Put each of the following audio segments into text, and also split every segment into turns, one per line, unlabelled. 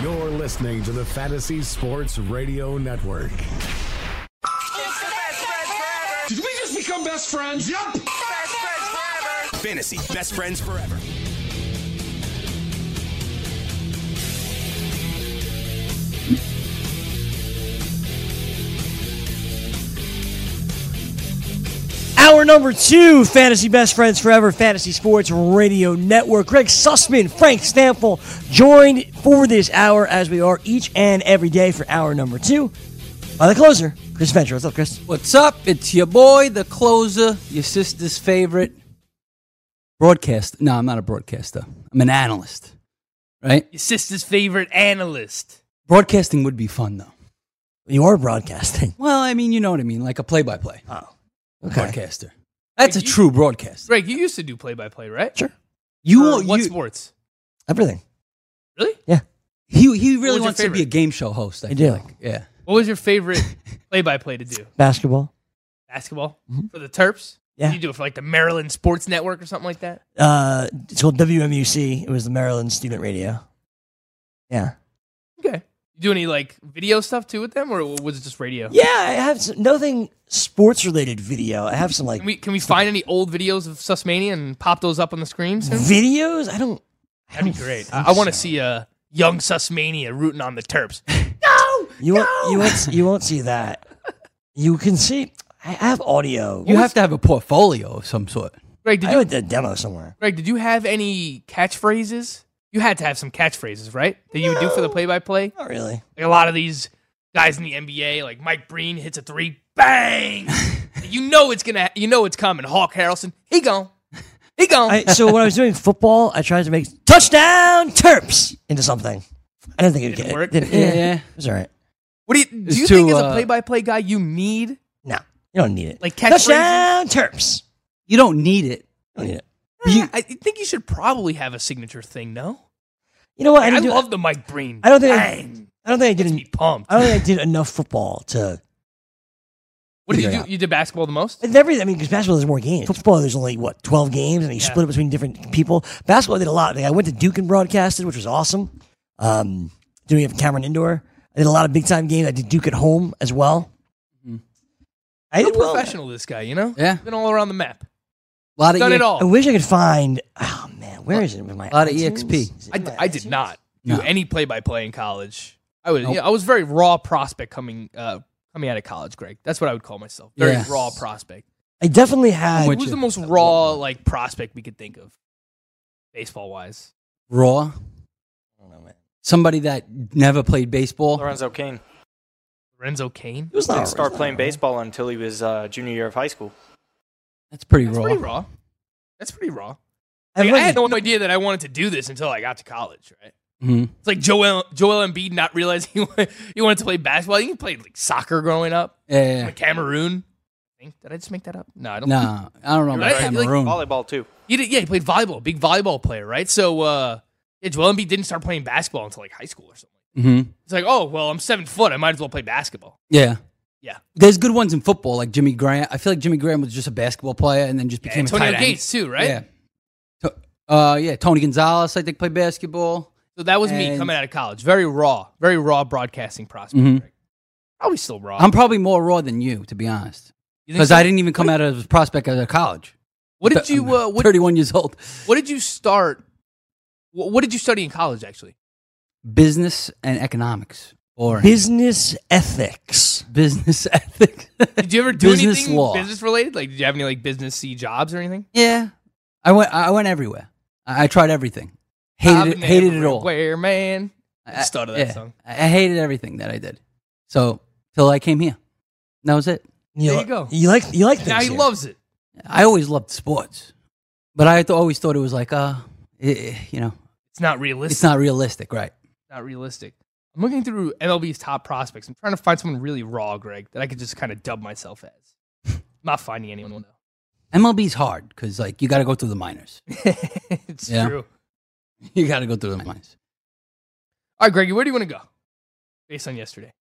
You're listening to the Fantasy Sports Radio Network.
Did we just become best friends? Yup! Best friends forever!
Fantasy Best Friends Forever.
Hour number two, Fantasy Best Friends Forever, Fantasy Sports Radio Network. Greg Sussman, Frank Stample, joined for this hour as we are each and every day for hour number two by the closer, Chris Venture. What's up, Chris?
What's up? It's your boy, the closer, your sister's favorite broadcast. No, I'm not a broadcaster. I'm an analyst, right?
Your sister's favorite analyst.
Broadcasting would be fun, though.
You are broadcasting.
Well, I mean, you know what I mean, like a play-by-play
Oh,
broadcaster. That's a
Like you-
true broadcaster.
Greg, you used to do play by play, right?
sure.
You,
For what
you
sports?
Everything.
Really?
he he really
your
wants to be
favorite?
a game show host. I,
I
feel
do.
like. Yeah,
What was your favorite play by play to do?
Basketball.
Basketball? For the Terps?
Mm-hmm. Yeah.
Did you do it for like the Maryland Sports Network or something like that?
Uh, it's called WMUC. It was the Maryland Student Radio. Yeah.
Okay. You do any like video stuff too with them or was it just radio?
Yeah, I have some, nothing sports related video. I have some like
Can we can we find any old videos of Sussmania and pop those up on the screen soon?
videos. I don't.
That'd be great. I, I want to see uh, young Sussmania rooting on the Terps.
You won't, you won't you won't see that. You can see I have audio.
you have to have a portfolio of some sort.
Greg, did
I
you
would a demo somewhere.
Greg, did you have any catchphrases? You had to have some catchphrases, right? That you would do for the play by play?
Not really.
Like a lot of these guys in the NBA, like Mike Breen hits a three, bang! you know it's gonna, you know it's coming. Hawk Harrelson, he gone, he gone.
I, so when I was doing football, I tried to make touchdown Terps into something. I didn't think it'd
Didn't
get
work?
Didn't,
Yeah,
yeah,
yeah.
It was all right.
what do you,
It's
do you
too,
think as a
uh,
play by play guy you need?
No, you don't need it.
Like catchphrases?
touchdown Terps.
You don't need it.
You don't need it.
Eh, I think you should probably have a signature thing, no?
You know what?
I,
didn't do-
love the Mike Breen.
I don't think I,
bang.
I don't think I
Gets
did.
me pumped.
I don't think I did enough football to.
What did you
figure it
do?
out.
You did basketball the most?
And every, I mean, because basketball there's more games. Football there's only what twelve games, and you split it between different people. Basketball I did a lot. Like, I went to Duke and broadcasted, which was awesome. Um, doing it for Cameron Indoor, I did a lot of big time games. I did Duke at home as well. I
How
did well.
Mm-hmm. professional this guy, you know?
Yeah.
Been all around the map.
A lot of
Done
E-
it all.
I wish I could find. Oh man, where is it? In my
A lot of E
iTunes?
EXP.
Is it
I,
in my
I did
iTunes?
not do
No.
any play by play in college. I was
Nope.
yeah, I was very raw prospect coming uh, coming out of college, Greg. That's what I would call myself. Very
Yes.
raw prospect.
I definitely
I'm
had.
with
Who's
you.
the most raw like prospect we could think of, baseball wise?
Raw.
I don't know, man.
Somebody that never played baseball.
Lorenzo Kane
Lorenzo Kane.
It was not.
didn't start
it was
playing
not-
baseball until he was uh, junior year of high school.
That's pretty
That's
raw.
pretty raw. That's pretty raw.
I,
Like, I
wasn't-
had no idea that I wanted to do this until I got to college. Right?
Mhm.
It's like Joel Joel Embiid not realizing he wanted, he wanted to play basketball. You played like soccer growing up.
Yeah, yeah, yeah.
Like Cameroon. I think- Did I just make that up? No, I don't. think
Nah, I don't know about
Right, like
Mm.
Cameroon.
Volleyball too.
He did, yeah, he played volleyball, big volleyball player, right? So, uh, yeah, Joel Embiid didn't start playing basketball until like high school or something.
hmm
It's like, oh, well, I'm seven foot. I might as well play basketball.
Yeah.
Yeah.
There's good ones in football, like Jimmy Graham. I feel like Jimmy Graham was just a basketball player and then just became a
Antonio
tight end.
Gates, too, right?
Yeah. To- Uh, yeah, Tony Gonzalez, I think, played basketball.
So that was me
And-
coming out of college. Very raw, very raw broadcasting prospect.
Mhm.
Right? Probably still raw.
I'm probably more raw than you, to be honest,
You think
because
so?
I didn't even come out of prospect out of college.
What did you? Uh,
I'm
what,
31 years old.
what did you start? What, what did you study in college? Actually,
Business and economics, or
business ethics.
business ethics.
did you ever do
Business
anything
law.
business related? Like, did you have any like businessy jobs or anything?
yeah, I went. I went everywhere. I, I tried everything. Hated it. Hated it all.
Where man?
I-
Stutter that
yeah.
song.
I I hated everything that I did. So till I came here, And that was it.
There you go.
You like you like
Now
things
he
here.
loves it.
I always loved sports, but I th- always thought it was like, uh, eh, eh, you know,
It's not realistic.
it's not realistic, right?
not realistic. I'm looking through MLB's top prospects. I'm trying to find someone really raw, Greg, that I could just kind of dub myself as. I'm not finding anyone though.
MLB's hard because like you got to go through the minors.
it's
Yeah.
true.
you got to go through the minors.
All right, Greggy, where do you want to go? Based on yesterday,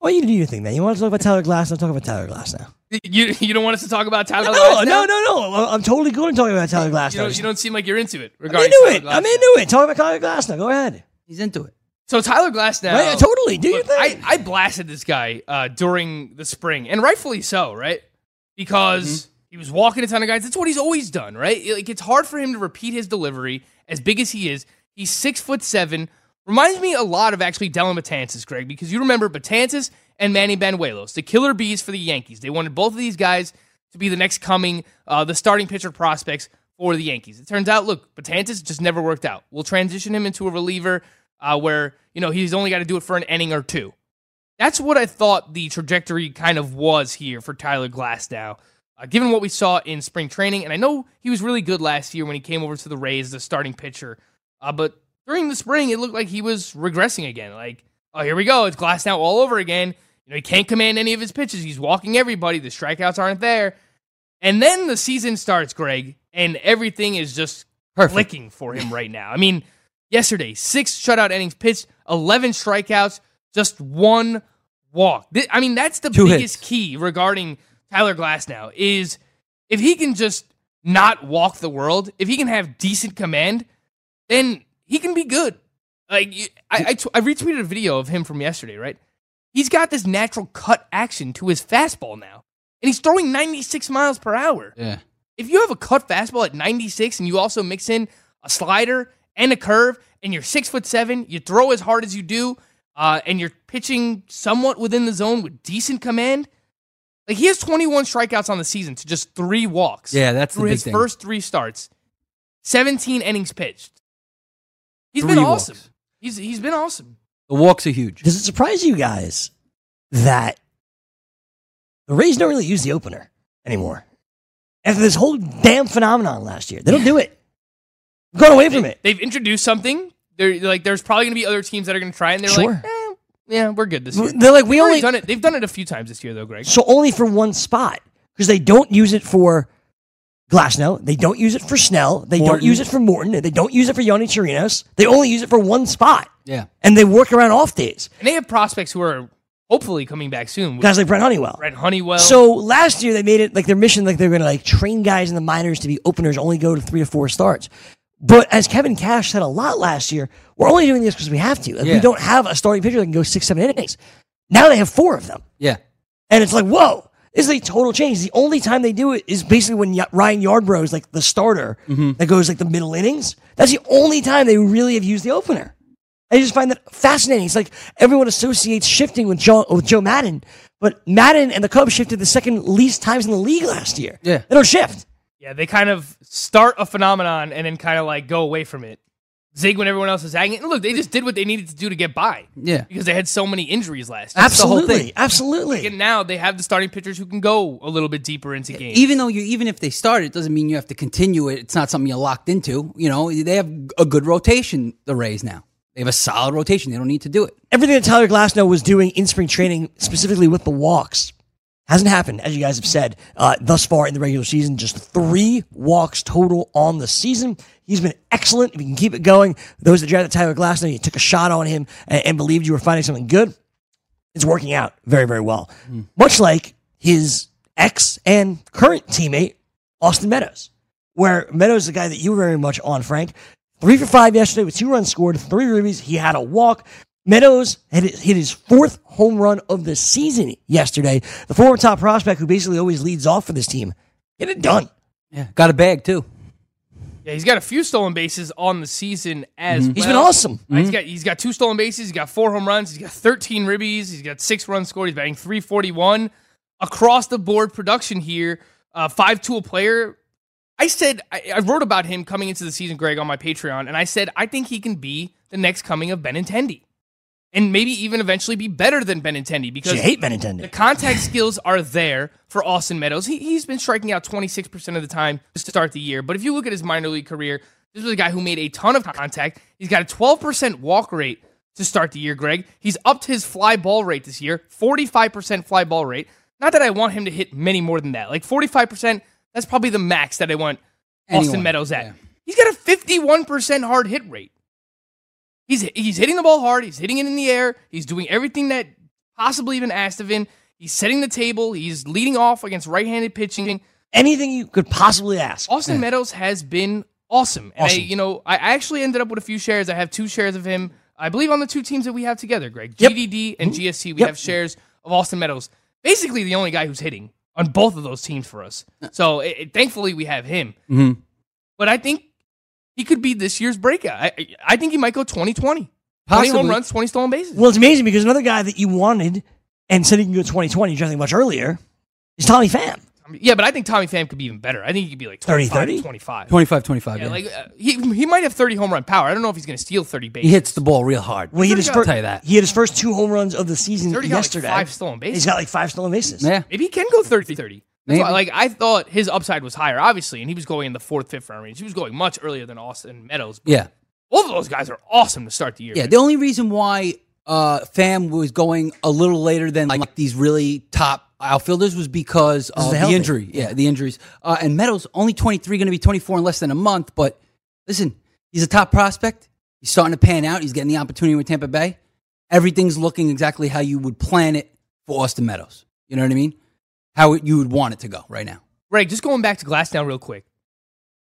Well, you do your thing, man. You want to talk about Tyler Glass? I'm talking about Tyler Glass now.
you you don't want us to talk about Tyler?
No,
Glass now?
no, no, no. I- I'm totally going to talk about Tyler Glass
You
now.
don't, you don't seem like you're into it.
I'm
Regarding
into
Tyler
it.
Glass
I'm into it. Talk about Tyler Glass now. Go ahead.
He's into it.
So Tyler Glass now.
Right, totally. Do your
Look,
thing.
I, I blasted this guy uh, during the spring, and rightfully so, right? Because he was walking a ton of guys. That's what he's always done, right? It- Like it's hard for him to repeat his delivery as big as he is. He's six foot seven. Reminds me a lot of actually Dylan Batanzas, Greg, because you remember Batanzas and Manny Banuelos, the killer bees for the Yankees. They wanted both of these guys to be the next coming, uh, the starting pitcher prospects for the Yankees. It turns out, look, Batanzas just never worked out. We'll transition him into a reliever uh, where you know he's only got to do it for an inning or two. That's what I thought the trajectory kind of was here for Tyler Glass now, uh, given what we saw in spring training. And I know he was really good last year when he came over to the Rays as a starting pitcher, uh, but during the spring it looked like he was regressing again. Like, oh, here we go, it's Glass now all over again. You know, he can't command any of his pitches. He's walking everybody. The strikeouts aren't there. And then the season starts, Greg, and everything is just
Perfect.
clicking for him right now. I mean, yesterday, six shutout innings pitched, 11 strikeouts, just one walk. Thi- I mean, that's the
Two
biggest
hits.
key regarding Tyler Glass now is if he can just not walk the world, if he can have decent command, then he can be good. Like you- I, I, tw- I retweeted a video of him from yesterday, right? He's got this natural cut action to his fastball now, and he's throwing 96 miles per hour.
Yeah.
If you have a cut fastball at 96 and you also mix in a slider and a curve, and you're six foot seven, you throw as hard as you do, uh, and you're pitching somewhat within the zone with decent command. Like he has 21 strikeouts on the season to just three walks.
Yeah, that's the
through
big
his
thing.
first three starts, 17 innings pitched. He's
Three
been awesome.
walks.
He's he's been awesome.
The walks are huge.
Does it surprise you guys that the Rays don't really use the opener anymore? After this whole damn phenomenon last year, they don't do it. We've gone away from it.
They've introduced something. They're like there's probably gonna be other teams that are gonna try, and they're
Sure.
like, eh, yeah, we're good this year.
They're like, we
They've
only
already done it. They've done it a few times this year, though, Greg.
so only for one spot because they don't use it for Glasnow, they don't use it for Snell, they don't
Morton.
use it for Morton, and they don't use it for Yoni Chirinos. They only use it for one spot,
Yeah.
and they work around off days.
And they have prospects who are hopefully coming back soon. With
Guys like Brent Honeywell.
Brent Honeywell.
So last year they made it like their mission, like they were going to like train guys in the minors to be openers, only go to three or four starts. But as Kevin Cash said a lot last year, we're only doing this because we have to. Like, We
Yeah.
don't have a starting pitcher that can go six, seven innings. Now they have four of them,
Yeah.
and it's like, whoa, this is a total change. The only time they do it is basically when Y- Ryan Yardbrough is like the starter
Mm-hmm.
that goes like the middle innings. That's the only time they really have used the opener. I just find that fascinating. It's like everyone associates shifting with Joe, with Joe Madden, but Madden and the Cubs shifted the second least times in the league last year.
Yeah.
They don't shift.
yeah, they kind of start a phenomenon and then kind of like go away from it. Zig when everyone else is zagging. And look, they just did what they needed to do to get by.
Yeah.
Because they had so many injuries last year.
the whole
Absolutely.
thing.
Absolutely.
And now they have the starting pitchers who can go a little bit deeper into games.
Even though you, even if they start it, doesn't mean you have to continue it. It's not something you're locked into. You know, they have a good rotation. The Rays now they have a solid rotation. They don't need to do it.
Everything that Tyler Glasnow was doing in spring training, specifically with the walks, hasn't happened, as you guys have said, uh, thus far in the regular season. Just three walks total on the season. He's been excellent. If you can keep it going, those that drafted Tyler Glasnow, you took a shot on him and, and believed you were finding something good. It's working out very, very well. Much like his ex and current teammate, Austin Meadows, where Meadows is a guy that you were very much on, Frank. Three for five yesterday with two runs scored, three rubies. He had a walk. Meadows had hit his fourth home run of the season yesterday. The former top prospect who basically always leads off for this team. Get it done.
Yeah, got a bag too.
yeah, he's got a few stolen bases on the season as well.
He's been awesome. Mhm.
Uh, He's got he's got two stolen bases. He's got four home runs. He's got 13 ribbies. He's got six runs scored. He's batting 341 across the board production here. Uh, five tool player. I said I, I wrote about him coming into the season, Greg, on my Patreon, and I said I think he can be the next coming of Benintendi, and maybe even eventually be better than Benintendi because
You hate
the
Benintendi.
contact skills are there for Austin Meadows. He, he's been striking out 26% of the time just to start the year. But if you look at his minor league career, this was a guy who made a ton of contact. He's got a 12% walk rate to start the year, Greg. He's upped his fly ball rate this year, 45% fly ball rate. Not that I want him to hit many more than that. Like 45%, that's probably the max that I want Austin
Anyone,
Meadows at.
yeah.
He's got a 51% hard hit rate. He's he's hitting the ball hard. He's hitting it in the air. He's doing everything that possibly even asked of him. He's setting the table. He's leading off against right-handed pitching.
Anything you could possibly ask.
Austin Meadows has been awesome. And
Awesome.
I, you know, I I actually ended up with a few shares. I have two shares of him. I believe on the two teams that we have together, Greg,
Yep. Mm-hmm.
GDD and GSC, we
Yep.
have shares of Austin Meadows. Basically, the only guy who's hitting on both of those teams for us. So, it, it- thankfully, we have him.
Mm-hmm.
Mhm.
But I think he could be this year's breakout. I, I- I think he might go 2020. 20
Possibly.
home runs, 20 stolen bases.
Well, it's amazing because another guy that you wanted and said he can go 2020, which I think much earlier, is Tommy Pham.
I mean, yeah, but I think Tommy Pham could be even better. I think he could be like
30,
25,
30?
25.
25 25.
Yeah,
yeah.
like uh, he, he might have 30 home run power. I don't know if he's going to steal 30 bases.
he hits the ball real hard.
Well, he had, his
I'll
first,
tell you that.
he had his first two home runs of the season
He's already got, like,
yesterday.
five stolen bases.
He's got like five stolen bases.
yeah.
Maybe he can go 30 30.
Maybe.
like I thought his upside was higher, obviously, and he was going in the fourth, fifth round range. He was going much earlier than Austin Meadows.
Yeah.
Both of those guys are awesome to start the year.
Yeah.
man.
The only reason why uh Fam was going a little later than like these really top outfielders was because of
the
the,
health
injury. Yeah, the injuries. Uh, and Meadows only 23, going to be 24 in less than a month. But listen, he's a top prospect. He's starting to pan out. He's getting the opportunity with Tampa Bay. Everything's looking exactly how you would plan it for Austin Meadows. You know what I mean? How it, you would want it to go right now.
Greg, just going back to Glassdown real quick.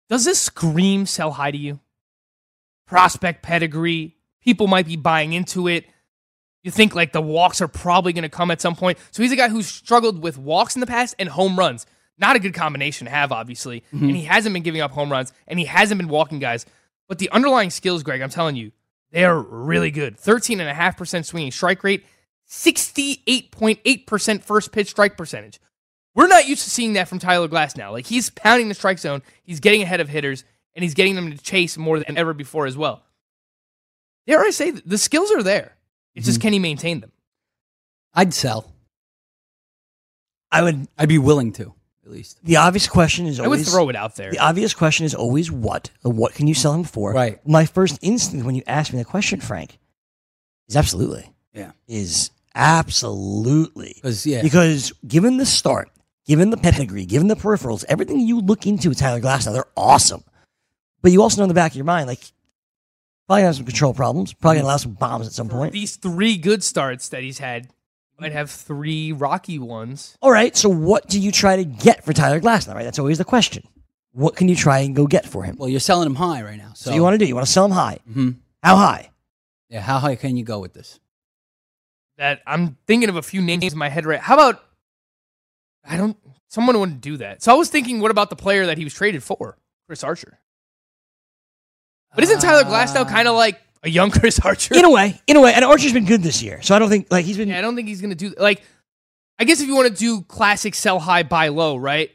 Does this scream sell high to you? Prospect pedigree. People might be buying into it. You think like the walks are probably going to come at some point. So he's a guy who's struggled with walks in the past and home runs. Not a good combination to have, obviously. And he hasn't been giving up home runs and he hasn't been walking guys. But the underlying skills, Greg, I'm telling you, they're really good. 13.5% swinging strike rate, 68.8% first pitch strike percentage. We're not used to seeing that from Tyler Glass now. Like he's pounding the strike zone, he's getting ahead of hitters, and he's getting them to chase more than ever before as well. Dare I say the skills are there. It's
Mhm.
just can he maintain them?
I'd sell.
I would.
I'd be willing to, at least.
The obvious question is
I would
always
throw it out there.
The obvious question is always what? Or What can you sell him for?
Right.
My first instinct when you asked me that question, Frank, is absolutely.
Yeah.
Is absolutely.
'Cause, yeah.
Because given the start, given the pedigree, given the peripherals, everything you look into with Tyler Glass now, they're awesome. But you also know in the back of your mind, like, probably gonna have some control problems, probably gonna allow some bombs at some point.
These three good starts that he's had might have three rocky ones.
All right, so what do you try to get for Tyler Glass now, right? That's always the question. What can you try and go get for him?
Well, you're selling him high right now. So,
So you want to do? You want to sell him high?
Mhm.
How high?
yeah, how high can you go with this?
That I'm thinking of a few names in my head right. How about I don't someone wouldn't do that. So I was thinking, what about the player that he was traded for? Chris Archer. But isn't Tyler Glasnow kind of like a young Chris Archer?
Ah. In a way, in a way, and Archer's been good this year, so I don't think like he's been.
Yeah, I don't think he's gonna do like. I guess if you want to do classic sell high, buy low, right?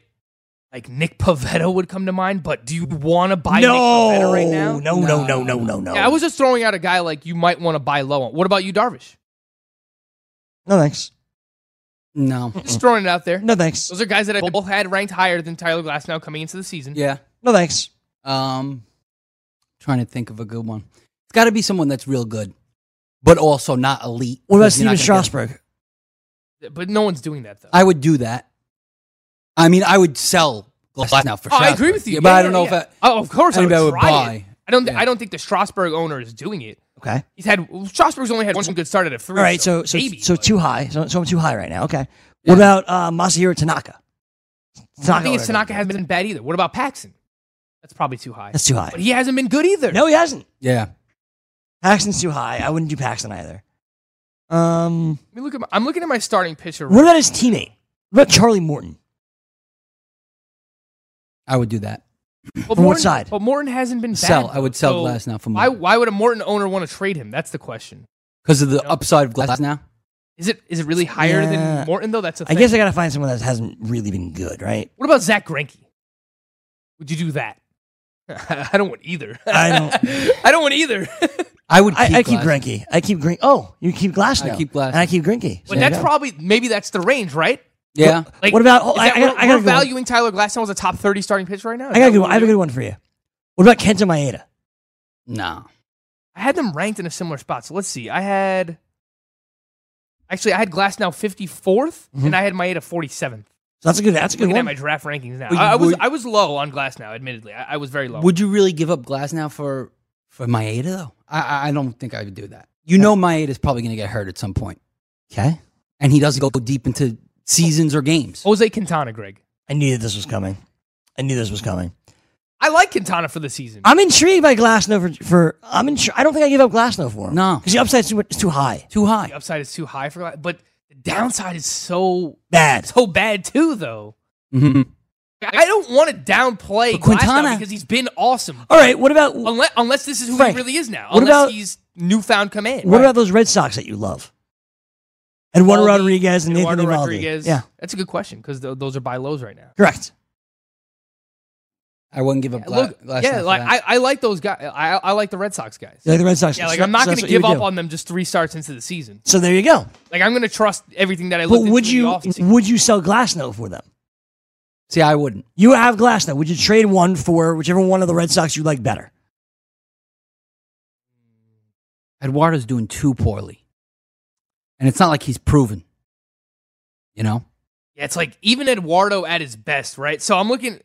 Like Nick Pavetta would come to mind, but do you want to buy Nick
no,
Pavetta right now?
no, no, no, no, no, no.
Yeah, I was just throwing out a guy like you might want to buy low on. What about you, Darvish?
no thanks,
No.
Just throwing it out there.
no thanks,
Those are guys that I both had ranked higher than Tyler Glass now coming into the season.
Yeah.
no thanks.
Um, trying to think of a good one. It's got to be someone that's real good, but also not elite.
What about
because
Steven
you're not gonna get-
Strasburg?
But no one's doing that though.
I would do that. I mean, I would sell Glass now for
Oh, I
Strasburg.
agree with you.
Yeah, but
Yeah,
I don't
yeah,
know
yeah.
if I,
Oh, of course, I would,
anybody would
try it.
buy.
I don't.
Yeah.
I don't think the Strasburg owner is doing it.
Okay,
He's had Strasburg's only had one good start at a three.
all right, so so
maybe,
so
but-
too high, so, so I'm too high right now. Okay, what about uh, Masahiro Tanaka? Tanaka,
I think it's
would I go.
Tanaka hasn't been bad either. What about Paxton? That's probably too high.
That's too high.
But he hasn't been good either.
No, he hasn't.
yeah.
Paxton's too high. I wouldn't do Paxton either. Um,
I mean, look at my, I'm looking at my starting pitcher.
what about his teammate? What about Charlie Morton?
I would do that.
but
from what
Morton-
side?
But Morton hasn't been bad.
Sell. I would sell
though.
Glass now for
Why,
more
why would a Morton owner want to trade him? That's the question.
because of the upside of Glass now.
Is it is it really higher
Yeah.
than Morton though? That's a
I
thing.
guess I gotta find someone that hasn't really been good, right?
What about Zach Greinke? Would you do that? I don't want either.
I don't.
I don't want either.
I would. Keep
I, I keep
Glass.
Grinky. I keep Green. Oh, you keep Glass
I
now.
keep Glass.
And I keep Grinky.
but that's probably maybe that's the range, right?
Yeah.
Like
What about- oh,
is
I-
that-
I gotta-
we're,
I gotta
we're
go.
valuing Tyler Glasnow as a top thirty starting pitcher right now? Is
I got a
that
good
what
one. I have a
we're
good one for you. What about Kenta Maeda?
No.
I had them ranked in a similar spot. So let's see. I had actually I had Glass now 54th, and I had Maeda 47th.
So that's a Mm-hmm. good. That's a good
Looking at
one.
my draft rankings now,
Well,
I, I
you
was
would-
I was low on Glass now. Admittedly, I, I was very low.
Would you really give up Glass now for for Maeda though? I- I I don't think I would do that. You know Maeda is probably going to get hurt at some point. Okay, and he doesn't go deep into seasons or games.
Jose Quintana, Greg.
I knew that this was coming. I knew this was coming.
I like Quintana for the season.
I'm intrigued by Glasnow for. for I'm intri- I don't think I give up Glasnow for him.
No.
because the upside's too it's too high.
Too high.
the upside is too high for Glass, but the downside is so
Bad.
so bad too, though.
Mhm.
I don't want to downplay
But
Quintana
Quintana-
because he's been awesome.
All right. What about
Unless, unless this is who
Frank,
he really is now.
what
unless
about-
he's newfound command.
what about those Red Sox that you love? And Juan
Evaldi,
Rodriguez and
Eduardo
Nathan Evaldi.
Rodriguez?
Yeah,
that's a good question because those are by lows right now.
correct.
I wouldn't give up Gla-
Look,
Glass.
yeah,
now
like
for that.
I, I like those guys. I, I like the Red Sox guys.
You like the Red Sox?
Yeah, like
So
I'm not
that's
going
what
to
you
give
would
up
do.
on them just three starts into the season.
So there you go.
Like I'm going to trust everything that I
But
looked
would
into in the
you
offseason.
would you sell Glasnow for them?
see, I wouldn't.
You have Glasnow. Would you trade one for whichever one of the Red Sox you like better?
Eduardo's doing too poorly, and it's not like he's proven. You know,
Yeah, it's like even Eduardo at his best, right? So I'm looking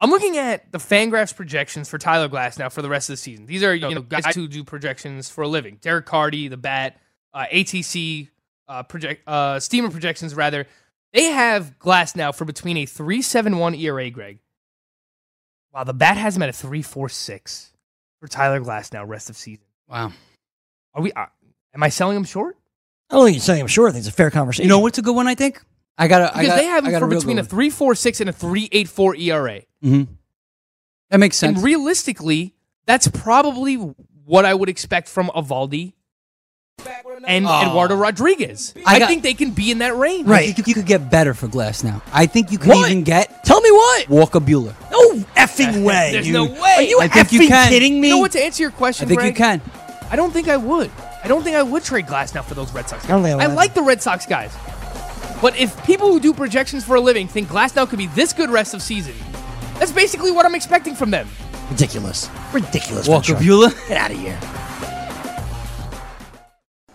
I'm looking at the Fangraphs projections for Tyler Glass now for the rest of the season. These are you know guys who do projections for a living. Derek Cardy, the bat, uh, ATC uh, project uh, Steamer projections rather. They have Glass now for between a 3.71 ERA, E Greg. Wow, the bat has him at a 3.46 for Tyler Glass now rest of season.
wow.
Are we? Uh, am I selling him short?
I don't think you're saying. I'm sure. I think it's a fair conversation.
You know what's a good one? I think I got. I
Because
got.
they have
I
him
got
for
real
between a
good one.
3.46 and a 3.84 ERA.
Mhm. That makes sense.
And realistically, that's probably what I would expect from Avaldi and
Oh.
Eduardo Rodriguez. I,
I got-
think they can be in that range.
I
Right.
think you could get better for Glass now. I think you could
What?
even get
Tell me what?
Walker Bueller.
No effing way.
There's
dude.
no way.
Are you
I
effing
think you can.
kidding me?
You know what? To answer your question,
I think you
Frank,
can.
I don't think I would. I don't think I would trade Glass now for those Red Sox. Guys.
I don't think I would either.
like the Red Sox guys, but if people who do projections for a living think Glass now could be this good rest of season, that's basically what I'm expecting from them.
Ridiculous. Ridiculous.
Walker
Ventura.
Bueller.
Get out of here.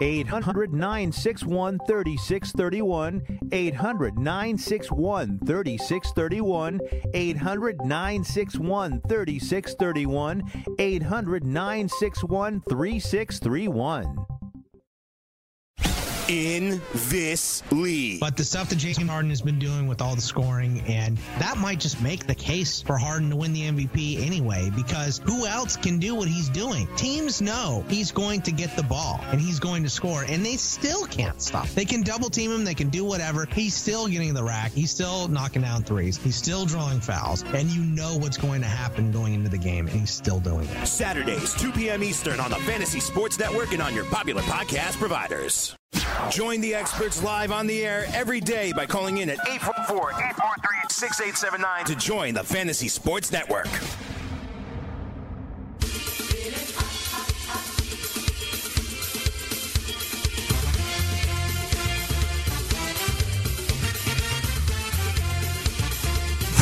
800 961 3631. 800 961 3631. 800 961 3631. 800 961 3631.
in this league.
But the stuff that Jason Harden has been doing with all the scoring, and that might just make the case for Harden to win the MVP anyway, because who else can do what he's doing? Teams know he's going to get the ball and he's going to score, and they still can't stop. They can double team him, they can do whatever. He's still getting the rack, he's still knocking down threes, he's still drawing fouls, and you know what's going to happen going into the game, and he's still doing it.
Saturdays, 2 p.m. Eastern on the Fantasy Sports Network and on your popular podcast providers. Join the experts live on the air every day by calling in at 844 843 6879 to join the Fantasy Sports Network.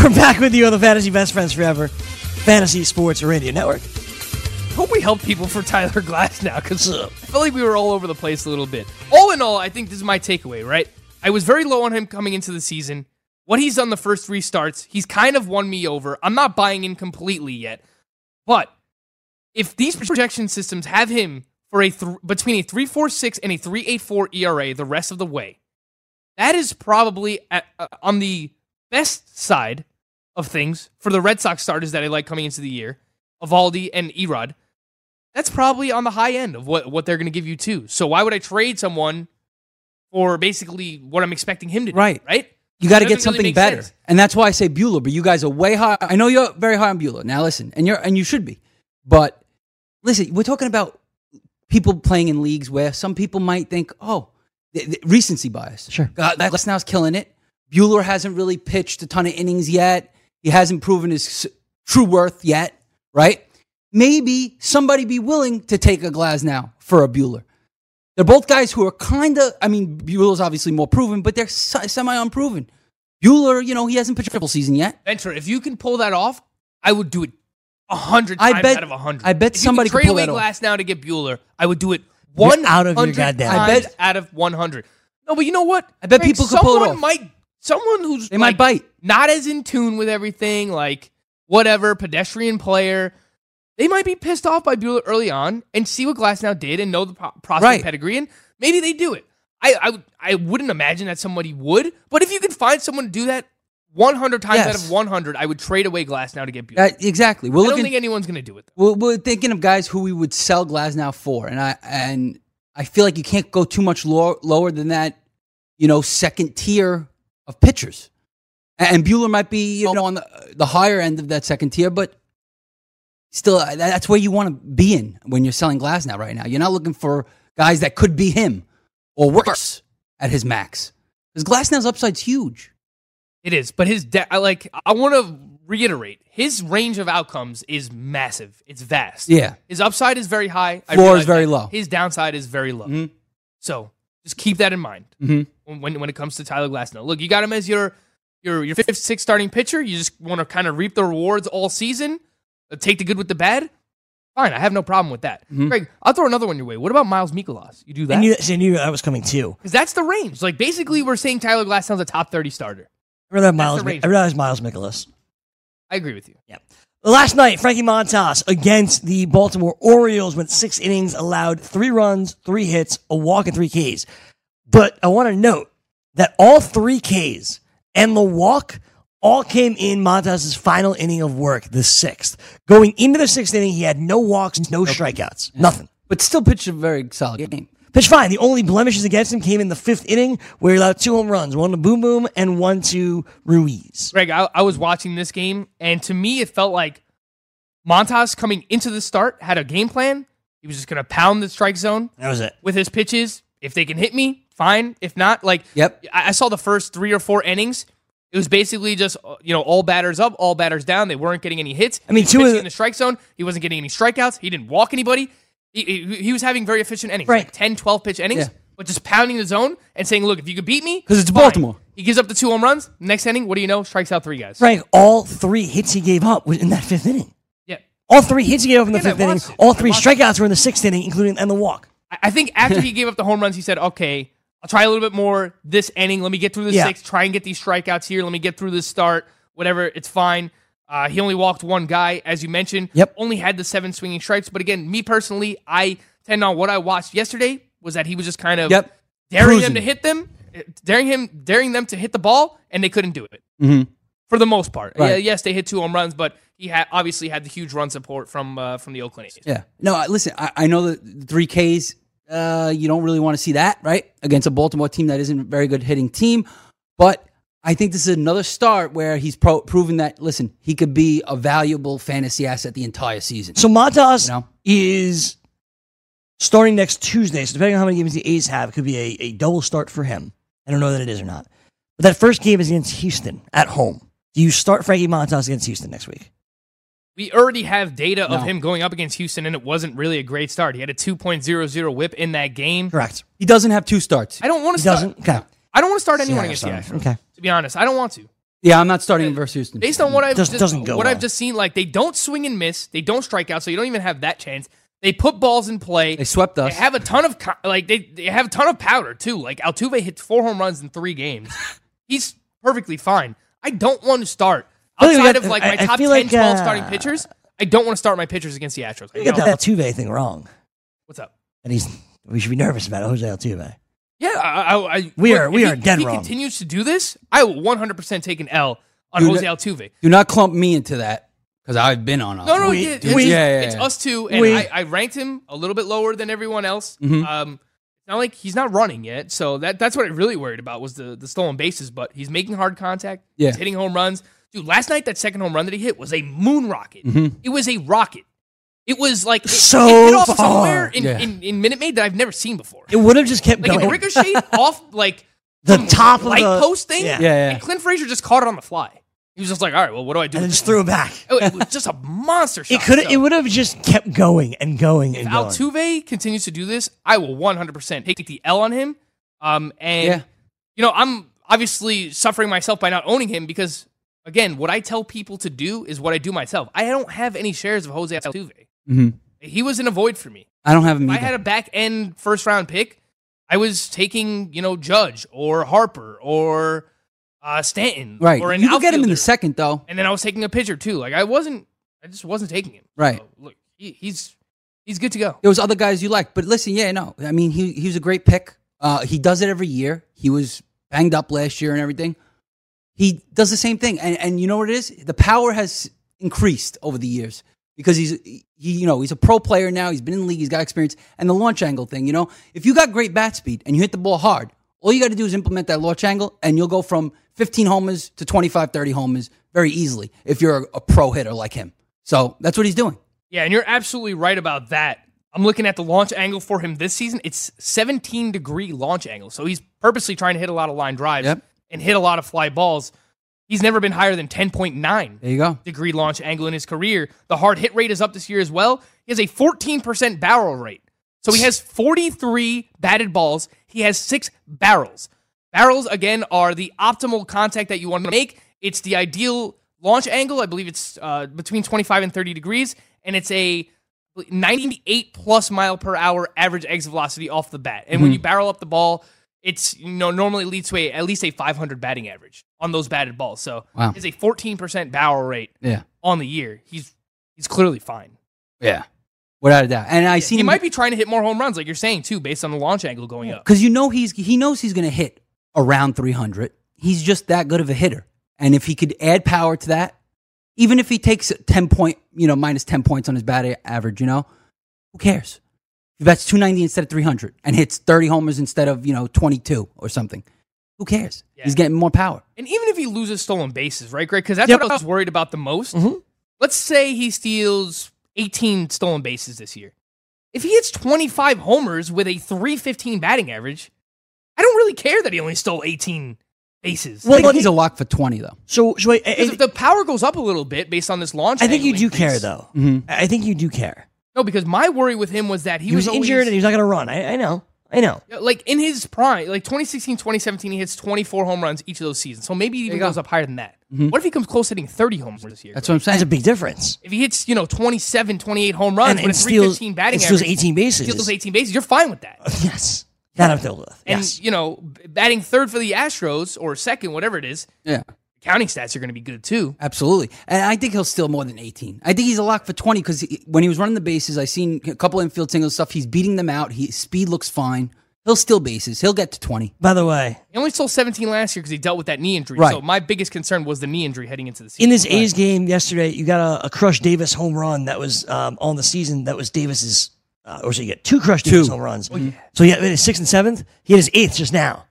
We're back with you on the Fantasy Best Friends Forever Fantasy Sports Radio Network.
Hope we help people for Tyler Glass now because I feel like we were all over the place a little bit. All in all, I think this is my takeaway, right? I was very low on him coming into the season. What he's done the first three starts, he's kind of won me over. I'm not buying in completely yet. But if these projection systems have him for a th- between a 3.46 and a 3.84 ERA E the rest of the way, that is probably at, uh, on the best side of things for the Red Sox starters that I like coming into the year, Avaldi and Erod. That's probably on the high end of what, what they're going to give you too. So why would I trade someone for basically what I'm expecting him to do?
Right.
right?
You got to get
Doesn't really
something
make
better,
sense.
and that's why I say Bueller. But you guys are way high. I know you're very high on Bueller. Now listen, and you're and you should be, but listen, we're talking about people playing in leagues where some people might think, oh, th- th- recency bias.
Sure.
God, that Glasnow's killing it. Bueller hasn't really pitched a ton of innings yet. He hasn't proven his s- true worth yet, right? Maybe somebody be willing to take a Glasnow for a Bueller. They're both guys who are kind of, I mean, Bueller's obviously more proven, but they're se- semi unproven. Bueller, you know, he hasn't pitched a triple season yet.
Venture, if you can pull that off, I would do it a hundred
I
times
bet-
out of a hundred.
I bet
if
somebody
you
could
could trade
pull
away
that off.
Glass now to get Bueller. I would do it
You're
one
out of your
100
goddamn
times
mind. I bet-
out of one hundred. No, but you know what? I
bet people could pull it off.
Might someone who's
They might
like,
bite.
not as in tune with everything, like whatever pedestrian player. They might be pissed off by Bueller early on and see what Glass now did and know the pro- prospect
Right.
pedigree and maybe they do it. I, I would- I wouldn't imagine that somebody would, but if you can find someone to do that 100 times out
Yes.
of 100, I would trade away Glass now to get Bueller.
Uh, exactly. We're
I don't
looking.
think anyone's going to do it. Though.
we're, we're thinking of guys who we would sell Glasnow for, and I and I feel like you can't go too much lower, lower than that. You know, second tier of pitchers, and, and Bueller might be you know on the the higher end of that second tier, but still, uh, that- that's where you want to be in when you're selling Glasnow right now. You're not looking for guys that could be him or worse at his max because Glasnow's upside's huge.
It is, but his de- I like I want to reiterate his range of outcomes is massive. It's vast.
Yeah.
His upside is very high. I
Floor is
realize
very
that.
low.
His downside is very low.
Mm-hmm.
Mhm.
So just keep that in mind
Mhm.
when, when when it comes to Tyler Glasnow. Look, you got him as your your your fifth, sixth starting pitcher. You just want to kind of reap the rewards all season, uh, take the good with the bad. Fine, I have no problem with that. Greg, I'll throw another one your way. What about Miles Mikolas? You do
Mm-hmm. I
that
knew, see, I knew that was coming too.
because that's the range. Like basically, we're saying Tyler Glasnow's a top thirty starter.
I realize Miles.
the
Mi-
range.
I realize Miles Mikolas.
I agree with you.
Yeah. Last night, Frankie Montas against the Baltimore Orioles went six innings, allowed three runs, three hits, a walk, and three Ks. But I want to note that all three Ks and the walk all came in Montas's final inning of work, the sixth. Going into the sixth inning, he had no walks, no strikeouts, nothing.
But still pitched a very solid game.
Pitch fine. The only blemishes against him came in the fifth inning, where he allowed two home runs, one to Boom Boom and one to Ruiz.
Greg, I, I was watching this game, and to me, it felt like Montas coming into the start had a game plan. He was just going to pound the strike zone
That was it.
with his pitches. If they can hit me, fine. If not, like,
Yep.
I, I saw the first three or four innings. It was basically just uh, you know all batters up, all batters down. They weren't getting any hits.
I mean,
He was
two of
pitching
the-
in the strike zone. He wasn't getting any strikeouts. He didn't walk anybody. He, he, he was having very efficient innings,
Right.
like 10, 12 pitch innings,
Yeah.
but just pounding the zone and saying, "Look, if you could beat me,
'Cause it's
fine."
Baltimore.
He gives up the two home runs. Next inning, what do you know? Strikes out three guys.
Frank, all three hits he gave up was in that fifth inning.
Yeah.
All three hits he gave up in the
Again, I
fifth inning.
watched it.
All
I
three
watched
strikeouts were in the sixth inning, including and the walk.
I- I think after he gave up the home runs, he said, okay, I'll try a little bit more this inning. Let me get through the
Yeah.
sixth, try and get these strikeouts here. Let me get through this start, whatever. It's fine. Uh, he only walked one guy, as you mentioned.
Yep.
Only had the seven swinging strikes. But again, me personally, I tend on what I watched yesterday was that he was just kind of
Yep.
daring them
Cruising.
to hit them, eh, daring him, daring them to hit the ball, and they couldn't do it for the most part.
Mm-hmm. Right.
Yeah, yes, they hit two home runs, but he had obviously had the huge run support from uh, from the Oakland A's.
Yeah. No, I- listen, I, I know that the three Ks, uh, you don't really want to see that, right? Against a Baltimore team that isn't a very good hitting team. But I think this is another start where he's pro- proven that, listen, he could be a valuable fantasy asset the entire season.
So Matas
You know?
is starting next Tuesday. So depending on how many games the A's have, it could be a, a double start for him. I don't know that it is or not. But that first game is against Houston at home. Do you start Frankie Montas against Houston next week?
We already have data of
No.
him going up against Houston, and it wasn't really a great start. He had a 2.00 whip in that game.
Correct.
he doesn't have two starts.
I don't want to
He
start.
doesn't. Okay.
I don't want to start
Yeah,
anyone against the
sorry.
Astros.
Okay.
To be honest, I don't want to.
Yeah, I'm not starting versus Houston.
Based on what I've
Doesn't-
just,
doesn't go
what
well.
I've just seen, like they don't swing and miss, they don't strike out, so you don't even have that chance. They put balls in play.
They swept us.
They have a ton of co- like they, they have a ton of powder too. Like Altuve hits four home runs in three games. He's perfectly fine. I don't want to start
I think we
outside
got-
of like
I-
my
I
top 10,
feel like,
12
uh,
starting pitchers. I don't want to start my pitchers against the Astros. I
You got
don't.
that Altuve thing wrong,
What's up?
and he's we should be nervous about Jose Altuve.
Yeah, I, I, I,
We
look,
are-
if
we
he-
are dead
If he
wrong.
continues to do this, I will 100% take an L on
Dude,
Jose
that-
Altuve.
Do not clump me into that because I've been on.
No, no,
Altuve.
yeah, it's,
yeah, yeah,
it's
yeah.
us two, and
We- Mm-hmm.
I, I ranked him a little bit lower than everyone else.
Mhm.
Um, it's not like he's not running yet, so that that's what I really worried about was the the stolen bases. But he's making hard contact.
Yeah.
he's hitting home runs. Dude, last night that second home run that he hit was a moon rocket. It was a rocket. It was like it,
Mm-hmm. So
it hit off
far.
somewhere in,
Yeah.
in, in Minute Maid that I've never seen before.
It would have just kept
like it
going.
ricocheted off like
The
some
top of
light
the-
post thing.
Yeah.
Yeah, yeah.
And Clint Frazier just caught it on the fly. He was just like, "All right, well, what do I do?"
and then
with
just
this?"
threw it back.
Oh, it was just a monster shot.
It could
so-
it would have just kept going and going
if
and going.
Altuve continues to do this, I will 100% take the L on him. Um, and
Yeah.
you know, I'm obviously suffering myself by not owning him because, again, what I tell people to do is what I do myself. I don't have any shares of Jose Altuve.
Mhm.
He was in a void for me.
I don't have him.
If I
either.
had a back end first round pick, I was taking you know Judge or Harper or uh, Stanton,
right.
Or an
you can get him in the
outfielder.
second though.
And then I was taking a pitcher too. Like I wasn't, I just wasn't taking him.
Right.
So, look, he, he's he's good to go.
There was other guys you liked, but listen, yeah, no. I mean, he he was a great pick. Uh, he does it every year. He was banged up last year and everything. He does the same thing, and and you know what it is? The power has increased over the years because he's he you know he's a pro player now. He's been in the league. He's got experience, and the launch angle thing. You know, if you got great bat speed and you hit the ball hard, all you got to do is implement that launch angle, and you'll go from 15 homers to 25, 30 homers very easily if you're a, a pro hitter like him. So that's what he's doing.
Yeah, and you're absolutely right about that. I'm looking at the launch angle for him this season. It's 17 degree launch angle. So he's purposely trying to hit a lot of line drives
Yep.
and hit a lot of fly balls. He's never been higher than 10.9
There you go.
degree launch angle in his career. The hard hit rate is up this year as well. He has a 14% barrel rate. So he has 43 batted balls. He has six barrels. Barrels, again, are the optimal contact that you want to make. It's the ideal launch angle. I believe it's uh, between 25 and 30 degrees. And it's a 98 plus mile per hour average exit velocity off the bat. And when you barrel up the ball, it's you know normally leads to a, at least a 500 batting average on those batted balls. So
Wow.
it's a 14% barrel rate
Yeah.
on the year. He's he's clearly fine.
Yeah, without a doubt. And I seen
He
Mm.
him
might be trying to hit more home runs, like you're saying too, based on the launch angle going up.
because you know he's he knows he's going to hit around 300. He's just that good of a hitter. And if he could add power to that, even if he takes 10 point, you know, minus 10 points on his batting average, you know, who cares? If he bats 290 instead of 300 and hits 30 homers instead of, you know, 22 or something, who cares?
Yeah.
He's getting more power.
And even if he loses stolen bases, right, Greg? Because that's
Yep. Mm-hmm.
what I was worried about the most. Let's say he steals 18 stolen bases this year. If he hits 25 homers with a 315 batting average, I don't really care that he only stole 18 bases.
I
Well,
think
but-
he's a lock for 20, though.
so, so wait, I,
Because if
I,
the power goes up a little bit based on this launch,
I think you
angle
do
increase-
care though. I I think you do care.
No, because my worry with him was that he,
He, was,
always-
injured and he was not going to run. I, I know. I know.
Yeah, like in his prime, like 2016, 2017, he hits 24 home runs each of those seasons. So maybe he even
you go.
goes up higher than that. What if he comes close hitting 30 home runs this year?
That's what I'm
That's
saying.
a big difference.
if he hits, you know, 27, 28 home runs
And-
with
and
a
steals-
315 batting
and steals
average,
18 bases.
steals 18 bases, you're fine with that.
Yes, that I'm thrilled with.
And,
yes,
you know, b- batting third for the Astros or second, whatever it is,
yeah.
counting stats are going to be good too.
Absolutely. And I think he'll steal more than 18. I think he's a lock for 20 because when he was running the bases, I seen a couple infield singles stuff. He's beating them out. He, speed looks fine. He'll steal bases. He'll get to 20.
by the way,
He only stole 17 last year because he dealt with that knee injury.
Right.
So my biggest concern was the knee injury heading into the season.
in this A's game yesterday, you got a, a Crush Davis home run that was um, on the season. That was Davis's, uh, or so you get two Crush Davis home runs. So he had his sixth and seventh. He had his eighth just now.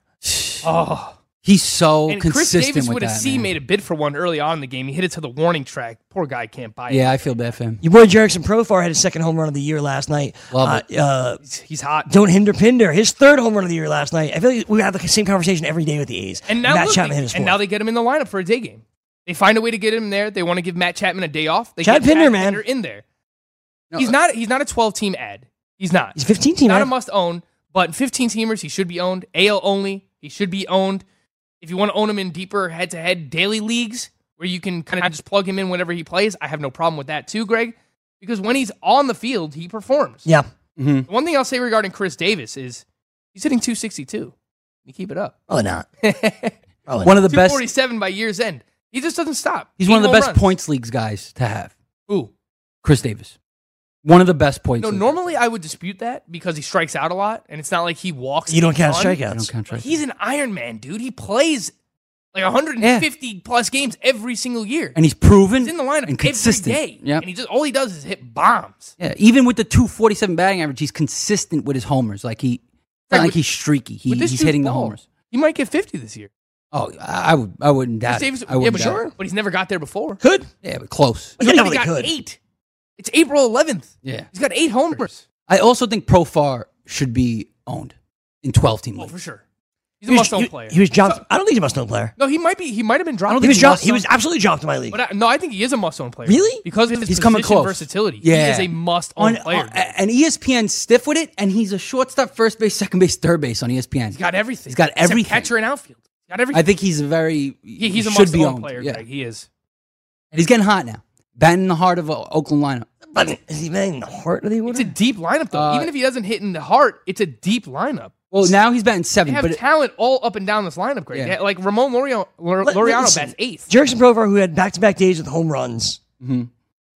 oh,
He's so
and Chris
consistent
Davis
with
with a
that.
C
man.
made a bid for one early on in the game. He hit it to the warning track. Poor guy can't buy it.
yeah, I feel bad for him.
Your boy Jerickson Profar had his second home run of the year last night.
Love
uh, uh,
He's hot.
Don't hinder Pinder. His third home run of the year last night. I feel like we have the same conversation every day with the A's.
And now,
Matt
look,
Chapman
they,
hit his
and
fourth.
now they get him in the lineup for a day game. They find a way to get him there. They want to give Matt Chapman a day off. They
Chad
get
Pinder,
Matt
man.
Pinder in there.
No,
he's
uh,
not. He's not a 12 team ad. He's not.
He's 15 team.
not
right?
a must own, but 15 teamers he should be owned. AL only he should be owned. If you want to own him in deeper head to head daily leagues where you can kind of just plug him in whenever he plays, I have no problem with that too, Greg. because when he's on the field, he performs.
Yeah.
Mm-hmm.
The One thing I'll say regarding Chris Davis is he's hitting 262. You keep it up.
Oh, not.
One of the best.
247 by year's end. He just doesn't stop.
He's
He
one of the
home
best
runs.
points leagues guys to have.
Who?
Chris Davis. One of the best points.
No,
league-
normally I would dispute that because he strikes out a lot, and it's not like he walks.
You
a
don't count
ton.
I don't
strikeouts.
count strikeouts.
He's an Iron Man, dude. He plays like 150 plus games every single year.
and he's proven.
he's in the lineup
and consistent.
every day.
Yeah.
And he just all he does is hit bombs.
yeah. Even with the 247 batting average, he's consistent with his homers. Like he, it's not
Right,
like
with-
he's streaky. He,
With this
he's
dude's
hitting the
ball,
homers.
He might get 50 this year.
Oh, I I would. I wouldn't doubt.
Chris Davis,
it. I
yeah,
wouldn't
but
doubt
sure.
it.
But he's never got there before.
Could.
Yeah, but close.
He
He's only
definitely
got
could.
eight. It's April 11th.
Yeah.
He's got eight homers.
I also think Profar should be owned in 12 team
Oh, for
leagues.
sure. He's a
He was,
must-own
he-
player.
he was jumped. I don't think he's a must own player.
No, he might be. He might have been dropped.
He was jumped. He
must-own-
was absolutely jumped in my league.
But I, no, I think he is a must-own player.
Really?
Because of his
He's coming
position
close.
versatility.
Yeah.
He is a must-own
On-
player.
on-
eh,
and E ESPN stiff with it, and he's a shortstop, first base, second base, third base on E ESPN.
he's got everything.
He's got
Except
everything.
Catcher and outfield. He's got everything.
I think he's a very
He- he's a
should be
must-own
owned.
player.
yeah,
Greg. He is.
and he's getting hot now, batting in the heart of uh, Oakland lineup.
But is he batting the heart of the
It's a deep lineup though.
Uh,
Even if he doesn't hit in the heart, it's a deep lineup.
Well, now he's batting
They
seven,
have
but it-
talent all up and down this lineup, Greg.
Yeah.
Yeah, Like Ramon Laureano, Lor-
Let-
Laureano
listen,
bats eighth.
Jerickson Provar, who had back to back days with home runs,
Mhm.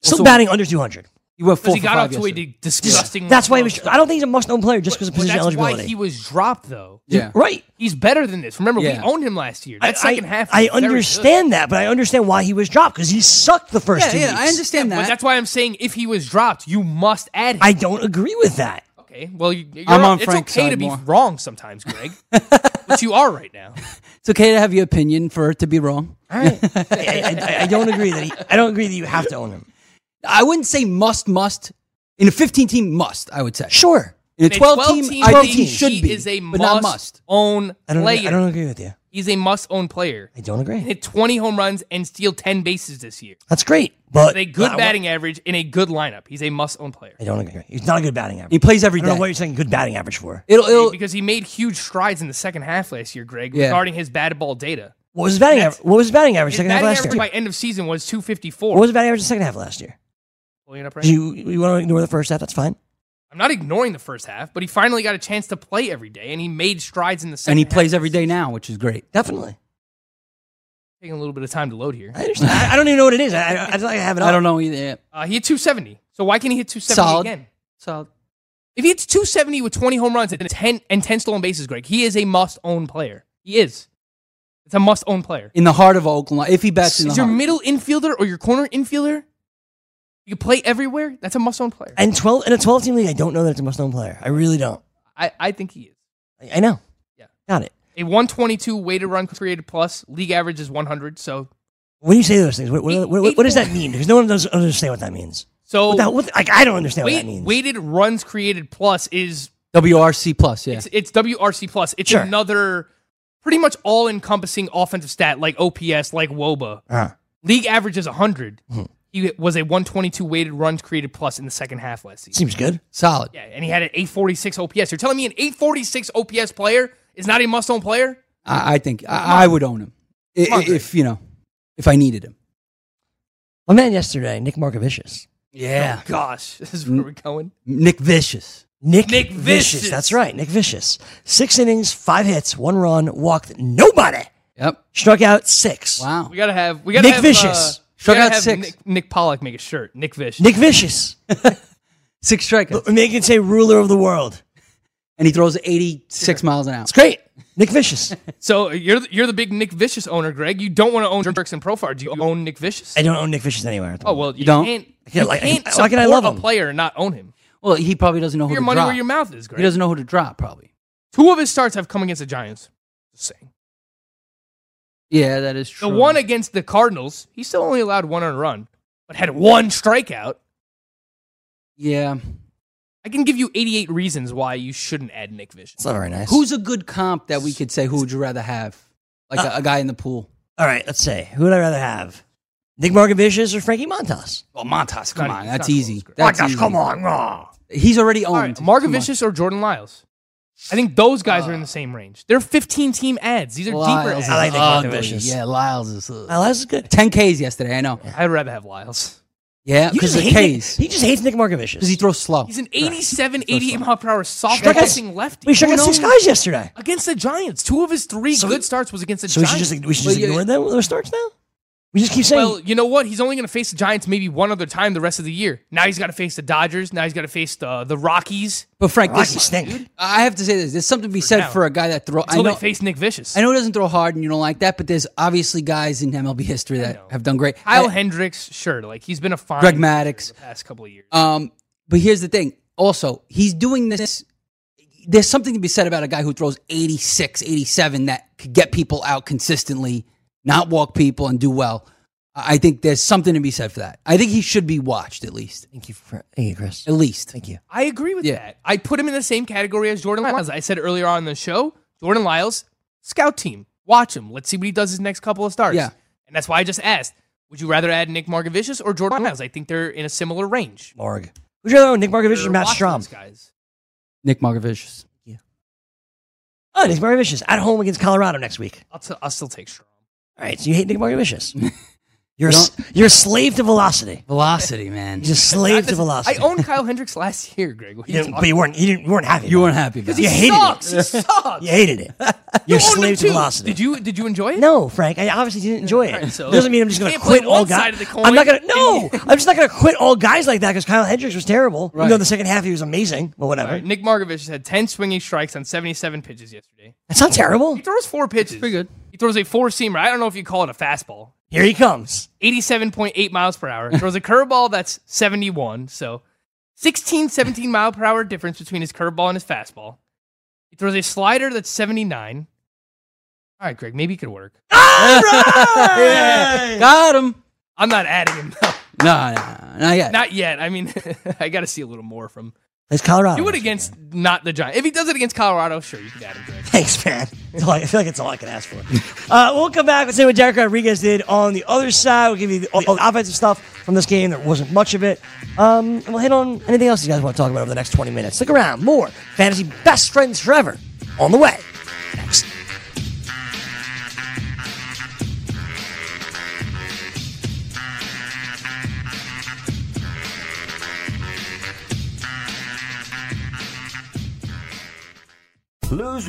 still
Also-
batting under 200.
he went
Because
four
he
for
got
five
off to a
yesterday.
di- disgusting.
That's why he
level.
was. I don't think he's a must own player just because of
Mm, But
position
that's
eligibility.
why he was dropped though.
Yeah,
right.
He's better than this. Remember,
Yeah.
we owned him last year. That
I,
second
I,
half.
I
was very good.
understand that, but I understand why he was dropped because he sucked the first
yeah,
two
yeah. I
weeks.
understand
But
that.
that's why I'm saying if he was dropped, you must add him.
I don't agree with that.
okay. Well, you, you're,
I'm on
it's
Frank's
okay
side
to be
more.
wrong sometimes, Greg. but you are right now.
it's okay to have your opinion for it to be wrong.
All right. I, I, I, I don't agree that he, I don't agree that you have to own him.
I wouldn't say must must in a 15 team must. I would say
Sure.
in a
In a
12, team, I
12
think he
team,
should
he
be,
is a
but
must,
not must.
own
I don't,
player.
agree, I don't agree with you.
He's a must own player.
I don't agree.
Hit 20 home runs and steal 10 bases this year.
That's great, but
With a good
I-
batting average in a good lineup. He's a must own player.
I don't agree. He's not a good batting average.
He plays every
I don't
day.
know what you're saying. Good batting average for.
It'll, it'll
Because he made huge strides in the second half last year, Greg,
Yeah.
regarding his batted ball data.
What was his batting average? What was his batting average
His
second
batting
half last
average
year?
by end of season was 254.
What was his batting average the second half last year?
Pulling it up right
Do you you want to ignore the first half? That's fine.
I'm not ignoring the first half, but he finally got a chance to play every day, and he made strides in the second.
and he
half.
plays every day now, which is great.
Definitely.
Taking a little bit of time to load here.
I understand. I, I don't even know what it is. I, I, I don't have it.
I don't know either. Yeah.
Uh, he hit 270. So why can't he hit 270
Solid.
again?
So
If he hits 270 with 20 home runs and 10 and 10 stolen bases, Greg, he is a must-own player. He is. It's a must-own player.
in the heart of Oakland, if he bats in the
Is your
heart,
middle infielder or your corner infielder? You can play everywhere. That's a must-own player.
And twelve in a twelve team league, I don't know that it's a must own player. I really don't.
I, I think he is.
I, I know.
Yeah.
Got it.
A 122 weighted run created plus. League average is 100. So
When you say those things, what, what,
Eight-
what, what does
eight-
that mean? Because no one does understand what that means.
so
What that, what, like, I don't understand what
weight,
that means.
weighted runs created plus is
WRC plus. Yeah,
It's, it's WRC plus. It's
Sure.
another pretty much all encompassing offensive stat like OPS, like WOBA.
Uh-huh. Hmm.
League average is 100. He was a 122 weighted runs created plus in the second half last season.
Seems good.
solid.
Yeah, and he had an 846 OPS. You're telling me an 846 OPS player is not a must own player?
I, I think I, I would own him I-
Come on,
if,
Greg.
you know if I needed him.
My man yesterday, Nick Markovicius.
Yeah,
Oh, gosh, this is where we're going.
Nick Vicious.
Nick,
Nick
Vicious.
Vicious.
That's right, Nick Vicious. Six innings, five hits, one run, walked nobody,
Yep.
struck out six.
Wow.
We gotta have we gotta
Nick
have,
Vicious.
Uh, we
Struck
gotta
out
have
six.
Nick, Nick Pollock make a shirt. Nick Vicious.
Nick Vicious,
Six strikeouts,
and they can say ruler of the world.
and he throws 86 miles an hour.
It's great. Nick Vicious.
So you're the, you're the big Nick Vicious owner, Greg. You don't want to own Jerks and Profar. Do you own Nick Vicious?
I don't own Nick Vicious anywhere. at the
Oh
moment.
well, you,
don't?
Can't,
Yeah,
you
like,
can't
why can I
support
love him?
a player and not own him?
Well, he probably doesn't know who
Put your
to
money
drop.
where your mouth is, Greg.
He doesn't know who to drop, probably.
Two of his starts have come against the Giants. Just saying.
Yeah, that is true.
The one against the Cardinals, he still only allowed one on run, but had one strikeout.
yeah,
I can give you 88 reasons why you shouldn't add Nick Vicious.
it's not very nice.
who's a good comp that we could say who would you rather have, like a, a guy in the pool?
all right? Let's say who would I rather have? Nick Markovicius or Frankie Montas?
Oh, Montas, come
Not-
on,
it's
that's
not
easy.
close, Greg.
That's
Montas,
easy.
come on, raw.
He's already
All
owned.
right, Margaret
Come on.
Vicious or Jordan Lyles. I think those guys are in the same range. They're 15 team ads. These are deeper
Lyles
ads.
is
Uh. I like Nick
ugly.
Vicious.
Yeah, Lyles is. ugh.
Now, that's good.
10Ks yesterday. I know.
I'd rather have Lyles.
Yeah,
You
because
just
of
hate Nick-
K's.
He just hates Nick Markovich.
Because he throws slow.
He's an 87, 88 mile per hour soft
Struck out-
passing lefty.
We struck out
Who
six
knows?
guys yesterday.
against the Giants. Two of his three good starts was against the
So we should
Giants.
just we should just
Well, yeah,
ignore them those starts now. We just keep saying
well, you know what? He's only going to face the Giants maybe one other time the rest of the year. Now he's got to face the Dodgers. Now he's got to face the the Rockies.
But Frank,
Rockies
this,
stink.
I have to say this. There's something to be said
now.
for a guy that throw. I
Until
know,
they face Nick Vicious.
I know he doesn't throw hard, and you don't like that. But there's obviously guys in MLB history that have done great.
Kyle
I-
Hendricks, sure, like he's been a fine
Greg Maddux.
the past couple of years.
Um, but here's the thing. Also, he's doing this. There's something to be said about a guy who throws 86, 87 that could get people out consistently, not walk people, and do well. I I think there's something to be said for that. I think he should be watched at least.
thank you for thank you, Chris.
At least.
Thank you.
I agree with
Yeah.
that. I put him in the same category as
Uh-huh.
Jordan Lyles. I said earlier on in the show, Jordan Lyles, scout team. Watch him. Let's see what he does his next couple of starts.
Yeah.
And that's why I just asked, would you rather add Nick Margavicius or Jordan Lyles? I think they're in a similar range.
Marg. Who's your other one? Nick Markovich or
They're
Matt
watching
Strom?
these guys.
Nick Margovicius.
Oh, Nick Markovich at home against Colorado next week.
I'll, t- I'll still take Strom.
All right, so you hate Nick Markovich. You're
You
a s- you're a slave to velocity.
Velocity, man.
He's a
I
slave to
just-
velocity.
I owned Kyle Hendricks last year, Greg. What are
You
you
didn't-
talking
but you weren't you didn't you weren't happy.
You
about
weren't
it.
happy about
You
it.
about? He
hated
sucks.
it.
He sucks.
You hated it. You're a
Owned him
slave to
too.
velocity.
Did you did you enjoy it?
No, Frank. I obviously didn't enjoy it.
Alright, so-
Doesn't mean I'm just going to
Can't play
quit all
one
guys.
side of the coin
I'm not going to.
and
No,
you-
I'm just not going to quit all guys like that because Kyle Hendricks was terrible. You know,
Right.
the second half he was amazing. Well, whatever.
Alright, Nick Margovich had 10 swinging strikes on 77 pitches yesterday.
That's not terrible.
He throws four pitches. Pretty good. He throws a four seamer. I don't know if you call it a fastball.
Here he comes.
87.8 miles per hour. Throws a curveball that's 71. So 16, 17 mile per hour difference between his curveball and his fastball. He throws a slider that's 79. All right, Greg, maybe it could work.
Got him.
I'm not adding him, though.
No, no, no, not yet.
Not yet. I mean, I got to see a little more from.
It's Colorado.
Do it against not the Giants. If he does it against Colorado, sure, you can add him, Greg.
Thanks, man. It's all I I feel like it's all I can ask for. Uh, we'll come back and see what Derek Rodriguez did on the other side. We'll give you all the offensive stuff from this game. There wasn't much of it. Um, and we'll hit on anything else you guys want to talk about over the next 20 minutes. Stick around. More fantasy best friends forever on the way. Next.
Lose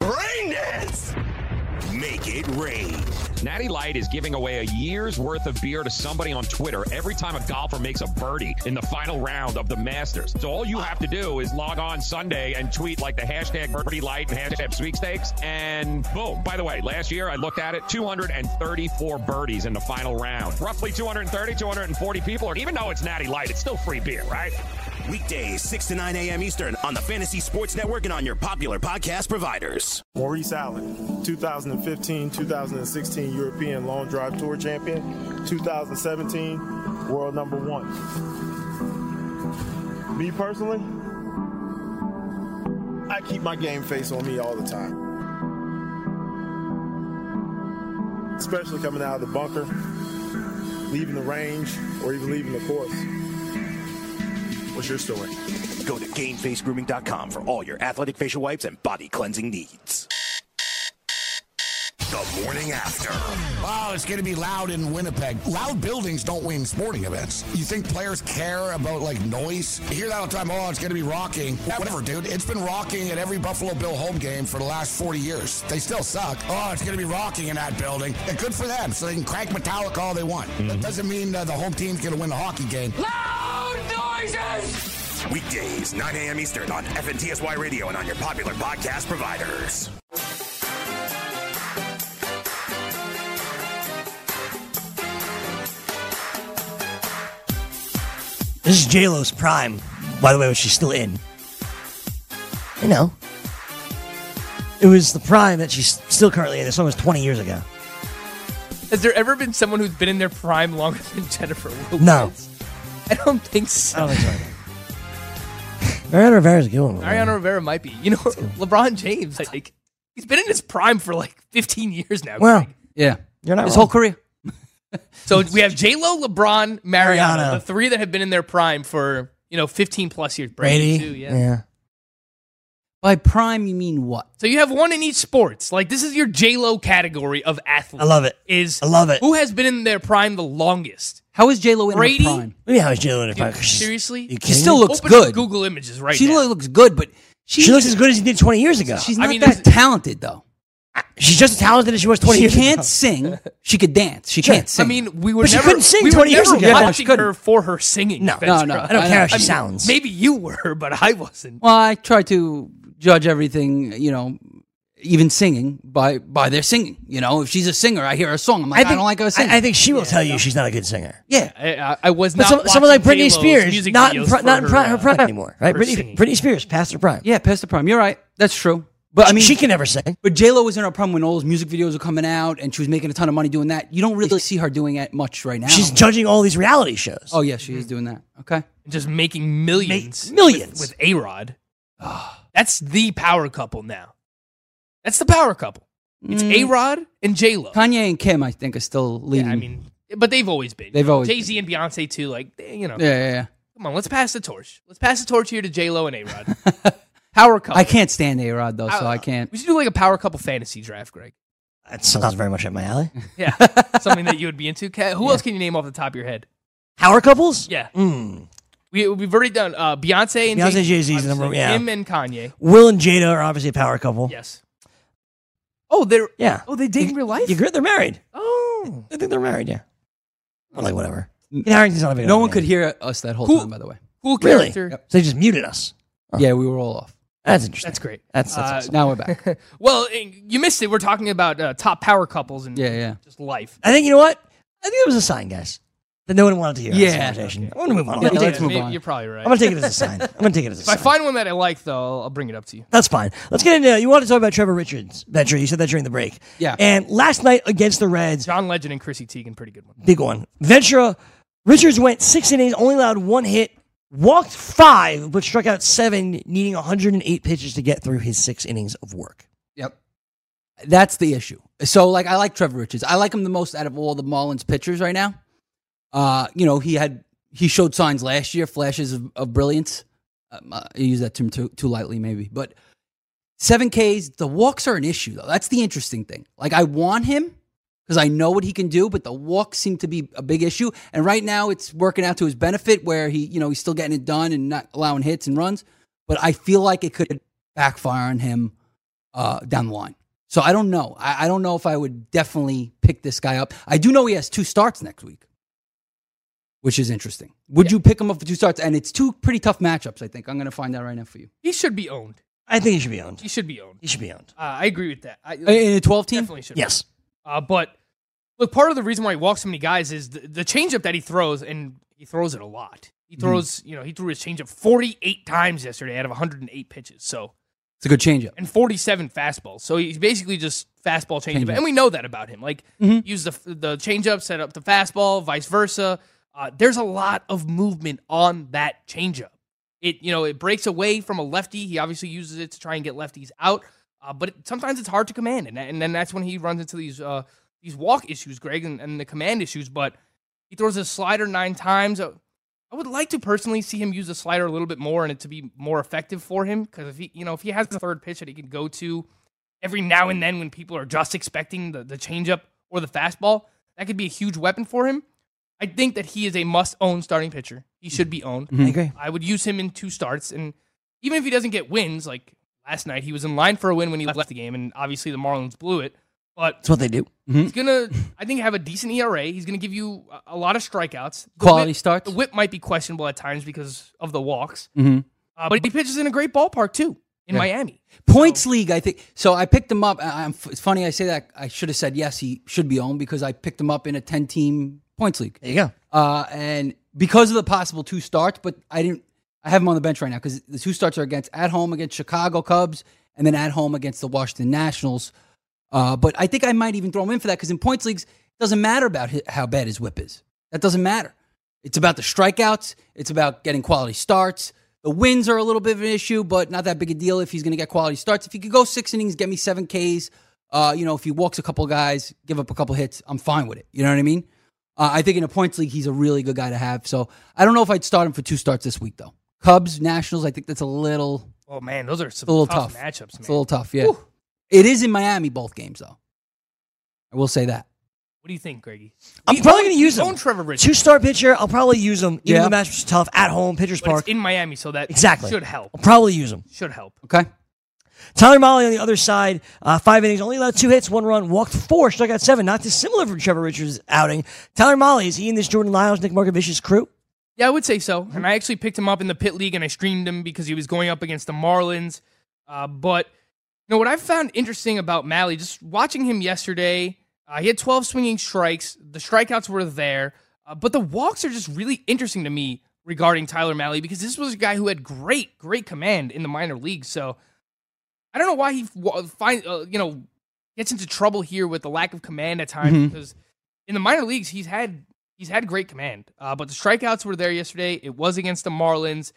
Brain dance!
Make it rain.
Natty Light is giving away a year's worth of beer to somebody on Twitter every time a golfer makes a birdie in the final round of the Masters. So all you have to do is log on Sunday and tweet like the hashtag birdie light and hashtag sweepstakes, and boom. By the way, last year I looked at it 234 birdies in the final round. Roughly 230, 240 people, or even though it's Natty Light, it's still free beer, right?
Weekdays, 6 to 9 a.m. Eastern on the Fantasy Sports Network and on your popular podcast providers.
Maurice Allen, 2015 2016 European Long Drive Tour Champion, 2017 World Number One. Me personally, I keep my game face on me all the time. Especially coming out of the bunker, leaving the range, or even leaving the course. What's your story?
Go to GameFaceGrooming.com for all your athletic facial wipes and body cleansing needs.
The morning after.
Oh, it's going to be loud in Winnipeg. Loud buildings don't win sporting events. You think players care about like noise? You hear that all the time. Oh, it's going to be rocking. Whatever, dude. It's been rocking at every Buffalo Bill home game for the last 40 years. They still suck. Oh, it's going to be rocking in that building. And good for them. So they can crank metallic all they want. That doesn't mean uh, the home team's going to win the hockey game.
Weekdays, 9 a.m. Eastern on FNTSY Radio and on your popular podcast providers.
This is J-Lo's prime, by the way, which she's still in. You know. It was the prime that she's still currently in. This song was 20 years ago.
Has there ever been someone who's been in their prime longer than Jennifer Lopez?
No.
I don't think so.
Mariano Rivera's a good one. man.
Mariano Rivera might be. You know, LeBron James, like, he's been in his prime for like 15 years now.
Well,
yeah,
you're not
His
wrong.
whole career.
So we have J Lo, LeBron, Mariano,
Mariano.
the three that have been in their prime for you know 15 plus years.
Brady,
too, yeah.
By prime, you mean what?
So you have one in each sports. Like this is your J Lo category of athletes.
I love it.
Is
I love it.
Who has been in their prime the longest?
How is J Lo in
Brady?
her prime?
Maybe how is J Lo in her
Dude,
prime? 'Cause she's-
seriously,
you
She
kidding
still
me?
looks
Open
good.
up Google images right
she
now.
looks good, but she,
She looks as good as she did 20 years ago.
She's
She's,
not
mean, is
that
it-
talented though.
just as talented as she was 20
She
years ago.
can't sing. She could dance. She
Sure.
can't
I
sing.
mean, we were
But she
never
couldn't sing
we were
20 years
never
ago. Yeah, no,
watching
she couldn't.
her for her singing.
No,
Spencer.
no, no.
I don't
I
care how
know.
she
I mean,
sounds.
Maybe you were, but I wasn't.
well, I try to judge everything, you know, even singing by by their singing. You know, if she's a singer, I hear her song. I'm like, I, don't like her singing.
I, I think she will tell you she's not a good singer.
yeah,
I, I, I was
But
not.
some, someone like
watching
Britney
J-Lo's
Spears,
music
not in,
videos
pri-
for
not in pri- her prime anymore, right?
her singing.
Britney, Britney Spears, past her prime.
yeah, past the prime. You're right. That's true. But I mean,
she can never sing.
But J Lo was in her prime when all those music videos were coming out, and she was making a ton of money doing that. You don't really see her doing it much right now.
She's judging all these reality shows.
oh yeah, she is doing that. Okay,
uh, just making millions,
millions.
with, with A Rod. That's the power couple now. That's the power couple. It's
Mm.
A Rod and J Lo.
Kanye and Kim, I think, are still leading.
Yeah, I mean, but they've always been.
They've always
Jay Z and Beyonce too. Like they- you know,
yeah, yeah, yeah.
come on, let's pass the torch. Let's pass the torch here to J Lo and A Rod. power couple. Uh,
I can't stand A Rod though, so I can't.
We should do like a power couple fantasy draft, Greg.
That sounds very much up my alley.
Yeah, something that you would be into. Ca- Who else can you name off the top of your head?
Power couples?
Yeah, Hmm.
Mm.
we we've already done uh, Beyonce and
Beyonce, Jay-Z is the number-
obviously.
yeah.
him and Kanye.
Will and Jada are obviously a power couple.
Yes. Oh, they're
Yeah.
Oh, they date in real life.
You agree? They're married.
Oh,
I think they're married, yeah. Or like whatever. Kit Harington's not a big
No
old
one
man.
could hear us that whole
Who-
time, by the way.
cool
Really?
character.
So they just muted us.
Yeah, we were all off.
That's interesting.
That's great.
That's, that's
Uh,
awesome.
Now we're back.
Well, eh, you missed it. We're talking about uh, top power couples and
Yeah, yeah.
just life.
I think, you know what? I think it was a sign, guys, that no one wanted to hear this
Yeah.
conversation. I'm going to move on.
Yeah,
I'm
let's
going
move
Maybe-
on.
You're probably right.
to take it as a sign. I'm going to take it as a
if I
sign.
find one that I like, though, I'll, I'll bring it up to you.
That's fine. Let's get into You wanted to talk about Trevor Richards' venture. You said that during the break.
Yeah.
And last night against the Reds,
John Legend and Chrissy Teigen, pretty good one.
big one. Ventura, Richards went six innings, only allowed one hit, walked five, but struck out seven, needing 108 pitches to get through his six innings of work.
Yep. That's the issue. So, like, I like Trevor Richards. I like him the most out of all the Marlins pitchers right now. Uh, you know, he had he showed signs last year, flashes of, of brilliance. Um, I use that term too too lightly, maybe, but seven Ks. The walks are an issue, though. That's the interesting thing. Like, I want him because I know what he can do, but the walks seem to be a big issue. And right now, it's working out to his benefit, where he, you know, he's still getting it done and not allowing hits and runs. But I feel like it could backfire on him uh, down the line. So I don't know. I, I don't know if I would definitely pick this guy up. I do know he has two starts next week, which is interesting. Would you pick him up for two starts? And it's two pretty tough matchups. I think I'm going to find out right now for you.
He should be owned.
I think he should be owned.
He should be owned.
He should be owned.
Uh, I agree with that. I,
In a 12 team,
definitely should. be.
Yes.
Uh, but look, part of the reason why he walks so many guys is the, the changeup that he throws, and he throws it a lot. He
Mm-hmm.
throws, you know, he threw his changeup 48 times yesterday out of 108 pitches. So
it's a good changeup.
and 47 fastballs. So he's basically just fastball changeup,
Changeup.
and we know that about him. Like use the the changeup, set up the fastball, vice versa. Uh, there's a lot of movement on that changeup. It you know it breaks away from a lefty. He obviously uses it to try and get lefties out, uh, but it, sometimes it's hard to command, and, and then that's when he runs into these uh, these walk issues, Greg, and, and the command issues. But he throws a slider nine times. Uh, I would like to personally see him use the slider a little bit more and it to be more effective for him because if he, you know, if he has the third pitch that he can go to every now and then when people are just expecting the, the changeup or the fastball, that could be a huge weapon for him. I think that he is a must-own starting pitcher. He should be owned.
Mm-hmm. I agree.
I would use him in two starts, and even if he doesn't get wins, like last night, he was in line for a win when he left the game, and obviously the Marlins blew it. But
That's what they do.
he's gonna, I think, have a decent ERA. He's gonna give you a- a lot of strikeouts. The
Quality
whip-
starts.
The whip might be questionable at times because of the walks,
Mm-hmm.
uh, but he pitches in a great ballpark too in Miami.
Points league, I think. So I picked him up. I- I'm, it's funny I say that. I should have said yes. He should be owned because I picked him up in a 10 team points league.
There you go.
uh, and because of the possible two starts, but I didn't. I have him on the bench right now because the two starts are against at home against Chicago Cubs and then at home against the Washington Nationals. Uh, but I think I might even throw him in for that because in points leagues, it doesn't matter about hi- how bad his whip is. That doesn't matter. It's about the strikeouts. It's about getting quality starts. The wins are a little bit of an issue, but not that big a deal if he's going to get quality starts. If he could go six innings, get me seven Ks. Uh, you know, if he walks a couple guys, give up a couple hits, I'm fine with it. You know what I mean? Uh, I think in a points league, he's a really good guy to have. So I don't know if I'd start him for two starts this week though. Cubs, Nationals. I think that's a little
Oh man, those are
it's
some
a little
tough,
tough
matchups, man.
It's a little tough. Yeah, it is in Miami both games though. I will say that.
What do you think, Greggy?
I'm probably going to use
own
him.
Trevor Richards.
Two star pitcher. I'll probably use him. Even
Yeah.
though the matchup's tough at home, pitcher's
But
park.
it's in Miami, so that
Exactly.
should help.
I'll probably use him.
Should help.
Okay.
Tyler Molly on the other side, uh, five innings, only allowed two hits, one run, walked four, struck out seven. Not dissimilar from Trevor Richards' outing. Tyler Molly, is he in this Jordan Lyles, Nick Markovich's crew?
Yeah, I would say so. And I actually picked him up in the pit league and I streamed him because he was going up against the Marlins. Uh, but you know what I found interesting about Malley, just watching him yesterday, uh, he had 12 swinging strikes. The strikeouts were there, uh, but the walks are just really interesting to me regarding Tyler Malley because this was a guy who had great, great command in the minor leagues. So I don't know why he wa- find uh, you know gets into trouble here with the lack of command at times
Mhm.
because in the minor leagues he's had he's had great command, uh, but the strikeouts were there yesterday. It was against the Marlins.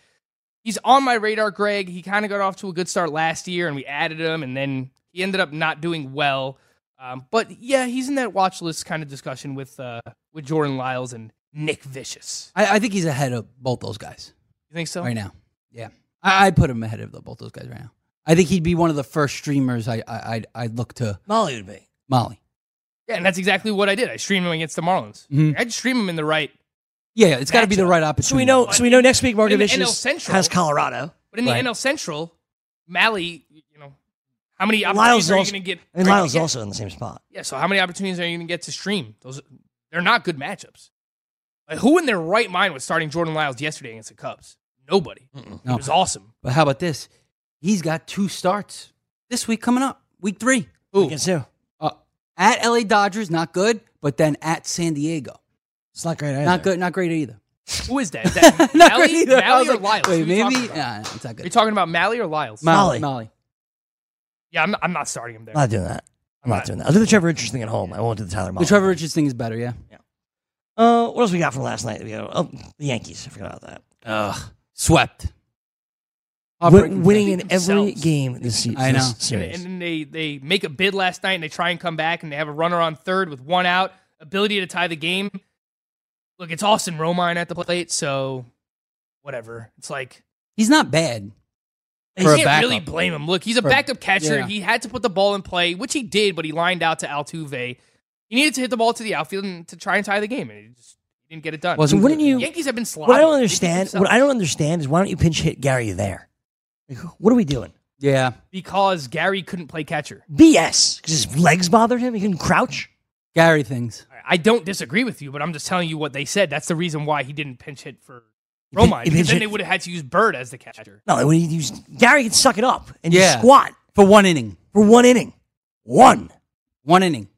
He's on my radar, Greg. He kind of got off to a good start last year, and we added him, and then he ended up not doing well. Um, but yeah, he's in that watch list kind of discussion with uh, with Jordan Lyles and Nick Vicious.
I, I think he's ahead of both those guys
You think so?
right now. Yeah, I, I put him ahead of the, both those guys right now. I think he'd be one of the first streamers I, I I'd, I'd look to
Molly would be.
Molly.
Yeah, and that's exactly what I did. I streamed him against the Marlins.
Mm-hmm.
Mhm.
I'd stream him in the right,
Yeah, yeah, it's got to be the right opportunity.
So we know. So we know next week
In the
Markovich
NL
is-
Central.
has Colorado.
but in the
Right.
NL Central, Malley, you know, how many
Lyles
opportunities
is
are you
also-
going to get?
And
are you
Lyles is
gonna get?
also in the same spot.
Yeah, so how many opportunities are you going to get to stream? Those they're not good matchups. Like who in their right mind was starting Jordan Lyles yesterday against the Cubs? Nobody.
No.
It was awesome.
But how about this? He's got two starts this week coming up, week three.
Ooh,
Against who?
Uh, at LA Dodgers, not good, but then at San Diego.
It's not great. Either.
Not good, not great either.
who is that? Is that
not
Mally,
great either. I
Mally
was
or
like,
Lyles?
Wait,
Who you
maybe?
talking about?
Nah, it's not
Are you
good.
talking about Mally or Lyles?
Molly.
Molly.
yeah, I'm not, I'm not starting him there.
I'm not doing that. I'm not doing that. I'll do the Trevor Richards thing at home. I won't do the Tyler
The
Molly.
Trevor Richards thing is better, yeah.
Uh, what else we got from last night? We got, oh, the Yankees. I forgot about that.
Ugh. Swept.
Win, winning in every
themselves.
game this, se-
I know.
this
and,
series.
and then they, they make a bid last night and they try and come back and they have a runner on third with one out, ability to tie the game. Look, it's Austin Romine at the plate, so whatever. It's like
He's not bad.
You
for a
can't really
backup.
blame him. Look, he's a
For-
backup catcher.
yeah.
He had to put the ball in play, which he did, but he lined out to Altuve. He needed to hit the ball to the outfield and to try and tie the game, and he just didn't get it done.
Wasn't
so wouldn't
the
you?
Yankees have been sloppy.
What I don't
They did it
understand. What I
themselves.
don't understand is why don't you pinch hit Gary there? Like, what are we doing?
Yeah.
because Gary couldn't play catcher.
BS. Because his legs bothered him. He couldn't crouch.
Gary things.
I don't disagree with you, but I'm just telling you what they said. That's the reason why he didn't pinch hit for
pin-
Romine.
he
Because
pinch
then
hit-
they would have had to use Bird as the catcher.
No, when you use Gary can suck it up and just
Yeah.
squat
For one inning.
for one inning. One.
One inning.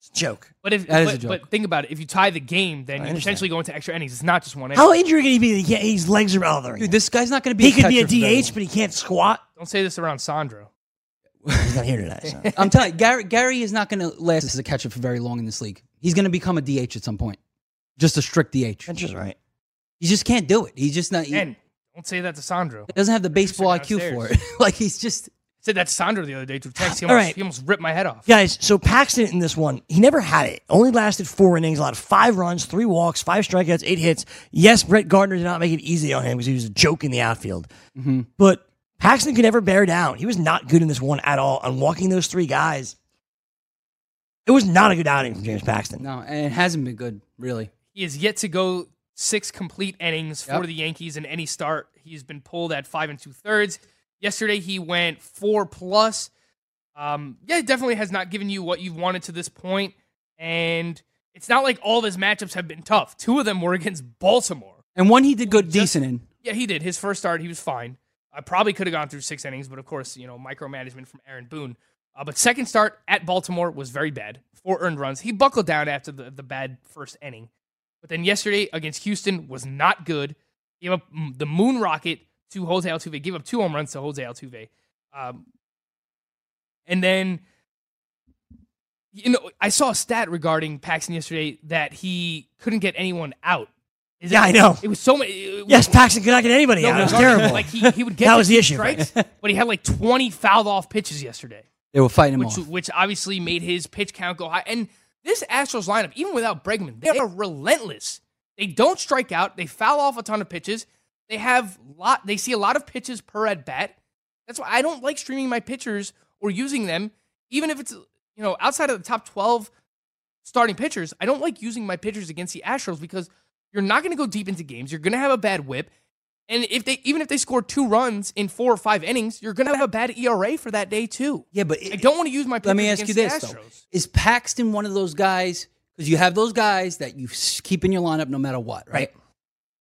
It's a joke.
But if
That is
but,
a joke.
but think about it, if you tie the game, then
I
you
understand.
potentially go into extra innings. It's not just one inning.
How injured can he be? that he can't- His legs are bothering. him?
Dude, this guy's not going to be
he could be a
catcher for very
DH, but he can't squat.
don't say this around Sandro.
He's not here tonight. so.
long. I'm telling you, Gary, Gary is not going to last as a catcher for very long in this league. He's going to become a DH at some point. Just a strict DH.
That's just right.
He just can't do it. He's just not. He,
And don't say that to Sandro.
He doesn't have the baseball
Producer
IQ for it. like he's just
said that to Sandro the other day through text. He
All
almost,
right.
he almost ripped my head off.
Guys, so Paxton in this one, he never had it. Only lasted four innings, allowed five runs, three walks, five strikeouts, eight hits. Yes, Brett Gardner did not make it easy on him because he was a joke in the outfield.
Mm-hmm.
But Paxton could never bear down. He was not good in this one at all. On walking those three guys, it was not a good outing from James Paxton.
no, and it hasn't been good really.
He has yet to go six complete innings
Yep.
for the Yankees in any start. He's been pulled at five and two thirds. Yesterday he went four plus. Um, yeah, it definitely has not given you what you've wanted to this point, and it's not like all of his matchups have been tough. Two of them were against Baltimore.
And one he did good, decent in.
Yeah, he did. His first start, he was fine. I probably could have gone through six innings, but of course, you know, micromanagement from Aaron Boone. Uh, but second start at Baltimore was very bad. Four earned runs. He buckled down after the, the bad first inning. But then yesterday against Houston was not good. Gave up mm, the moon rocket to Jose Altuve. Gave up two home runs to Jose Altuve. Um, and then, you know, I saw a stat regarding Paxton yesterday that he couldn't get anyone out Is
Yeah,
it-
I know.
It was so many.
Yes, Paxton could not get anybody
No,
out.
but
It was
Gardner,
terrible.
Like he, he would get
That
to
was the
two
issue, right?
strikes, but he had like twenty fouled off pitches yesterday,
They were fighting him
which
off.
which obviously made his pitch count go high. And this Astros lineup, even without Bregman, they are relentless. They don't strike out. They foul off a ton of pitches. They have lot. They see a lot of pitches per at bat. That's why I don't like streaming my pitchers or using them, even if it's you know outside of the top twelve starting pitchers. I don't like using my pitchers against the Astros because you're not going to go deep into games. You're going to have a bad whip. And if they even if they score two runs in four or five innings, you're going to have a bad ERA for that day too.
Yeah, but
I don't want to use my. Pitchers
Let me ask you
against
this
the
though:
Astros.
Is Paxton one of those guys? Because you have those guys that you s- keep in your lineup no matter what, right?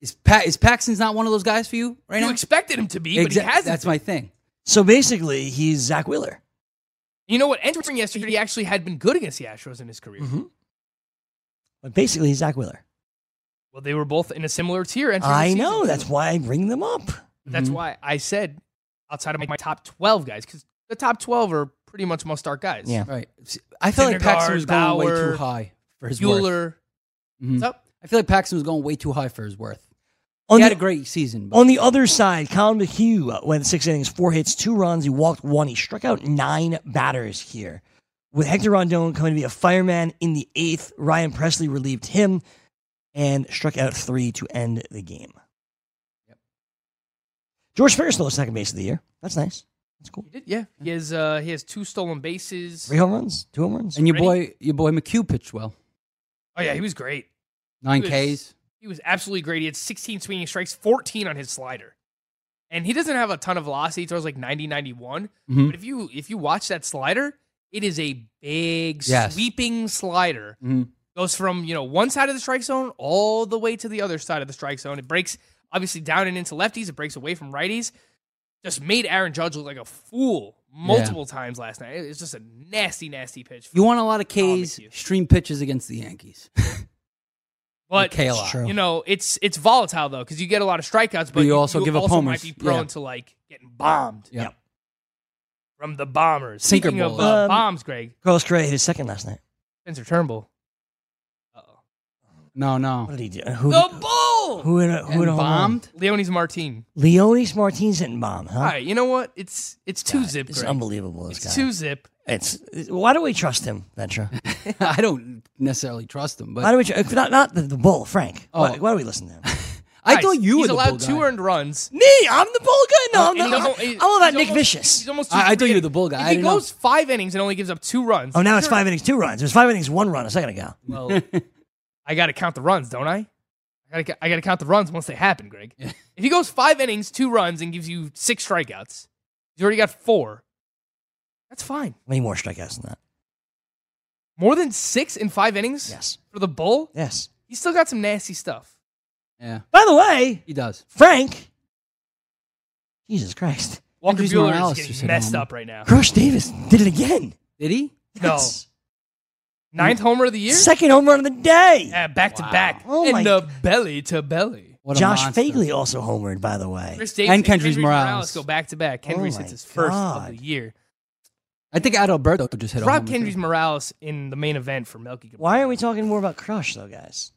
Is pa- is Paxton's not one of those guys for you right
you
now?
expected him to be, but
Exact-
he hasn't.
That's my thing.
So basically, he's Zach Wheeler.
You know what? Entering yesterday, he actually had been good against the Astros in his career.
Mm-hmm.
But basically, he's Zach Wheeler.
Well, they were both in a similar tier. Entering the
I
season.
know. That's why I bring them up.
That's
Mm-hmm.
why I said outside of my, my top twelve guys because the top twelve are pretty much must start guys.
Yeah.
Right. I felt like Paxton
Syndergaard,
was going way
Bauer,
too high for his worth.
Bueller.
Mhm.
What's up?
I feel like Paxton was going way too high for his worth.
On
he
the-
had a great season. But
On the other side, Colin McHugh uh, went six innings, four hits, two runs. He walked one. He struck out nine batters here. With Hector Rondon coming to be a fireman in the eighth, Ryan Presley relieved him and struck out three to end the game. George Springer stole second base of the year. That's nice. That's cool.
He did, yeah. He has uh, he has two stolen bases.
Three home runs, two home runs.
and your boy, your boy McHugh pitched well.
Oh yeah, he was great.
Nine
He was-
Ks.
He was absolutely great. He had 16 swinging strikes, 14 on his slider. And he doesn't have a ton of velocity. He throws like 90, 91.
Mhm.
But if you if you watch that slider, it is a big
Yes.
sweeping slider.
Mhm.
Goes from, you know, one side of the strike zone all the way to the other side of the strike zone. It breaks obviously down and into lefties, it breaks away from righties. Just made Aaron Judge look like a fool multiple times last night. It- It's just a nasty, nasty pitch.
You want a lot of Ks. Stream pitches against the Yankees.
But
Okay, a lot. True.
you know, it's it's volatile though because you get a lot of strikeouts, but,
you also give up
might
homers.
be prone
Yeah.
to like getting bombed
yeah.
from the bombers.
Sinker
Speaking of
ball.
uh,
Um,
bombs, Greg
Carlos Correa hit his second last night.
Spencer Turnbull,
No, no.
What did he do? Uh, Who,
the bull,
who, hit a- who hit a home run?
bombed.
Leonis Martin.
Leonis Martinez hitting bomb, huh?
All right, you know what? It's it's two zip.
It's
Greg.
unbelievable, this
It's
guy.
two zip.
It's, why do we trust him, Ventra?
I don't necessarily trust him, but
Why do we? tr- Not not the, the bull, Frank.
Oh.
Why, why do we listen to him?
I
Guys,
thought you
he's
were the
allowed
bull guy.
two earned runs.
Me, I'm the bull guy. No, I'm not.
And he's
I'm-
almost-
I'm
he's-
all about
he's
Nick
almost-
Vicious.
He's almost.
I- I thought you were
forgetting.
the bull guy.
If
I
he
didn't know.
goes five innings and only gives up two runs.
Oh, now it's
you're-
five innings, two runs. It was five innings, one run a second ago.
Well, I got to count the runs, don't I? I got to I got to count the runs once they happen, Greg. if he goes five innings, two runs, and gives you six strikeouts, he's already got four. That's fine.
Many more strikeouts than that.
More than six in five innings
Yes,
for the bull.
yes.
He's still got some nasty stuff.
yeah,
By the way,
he does.
Frank. Jesus Christ,
Walker
Andres
Bueller
Morales
is
just
getting
hit a
messed
homer.
up right now.
Crush Davis did it again.
Did he?
No,
Yes.
ninth homer of the year.
second home run of the day.
Yeah, back to back.
Oh
in
my-
the belly to belly.
What a
Josh
monster.
Fagley also homered, by the way.
Chris Davis
And Kendrys Morales.
go back to back.
Oh
Kendrys
my
hits his first
God.
of the year.
I think Adalberto just hit a
Rob
homer, too.
Kendrys Morales in the main event for Melky. Cabrera.
Why are we talking more about Crush though, guys?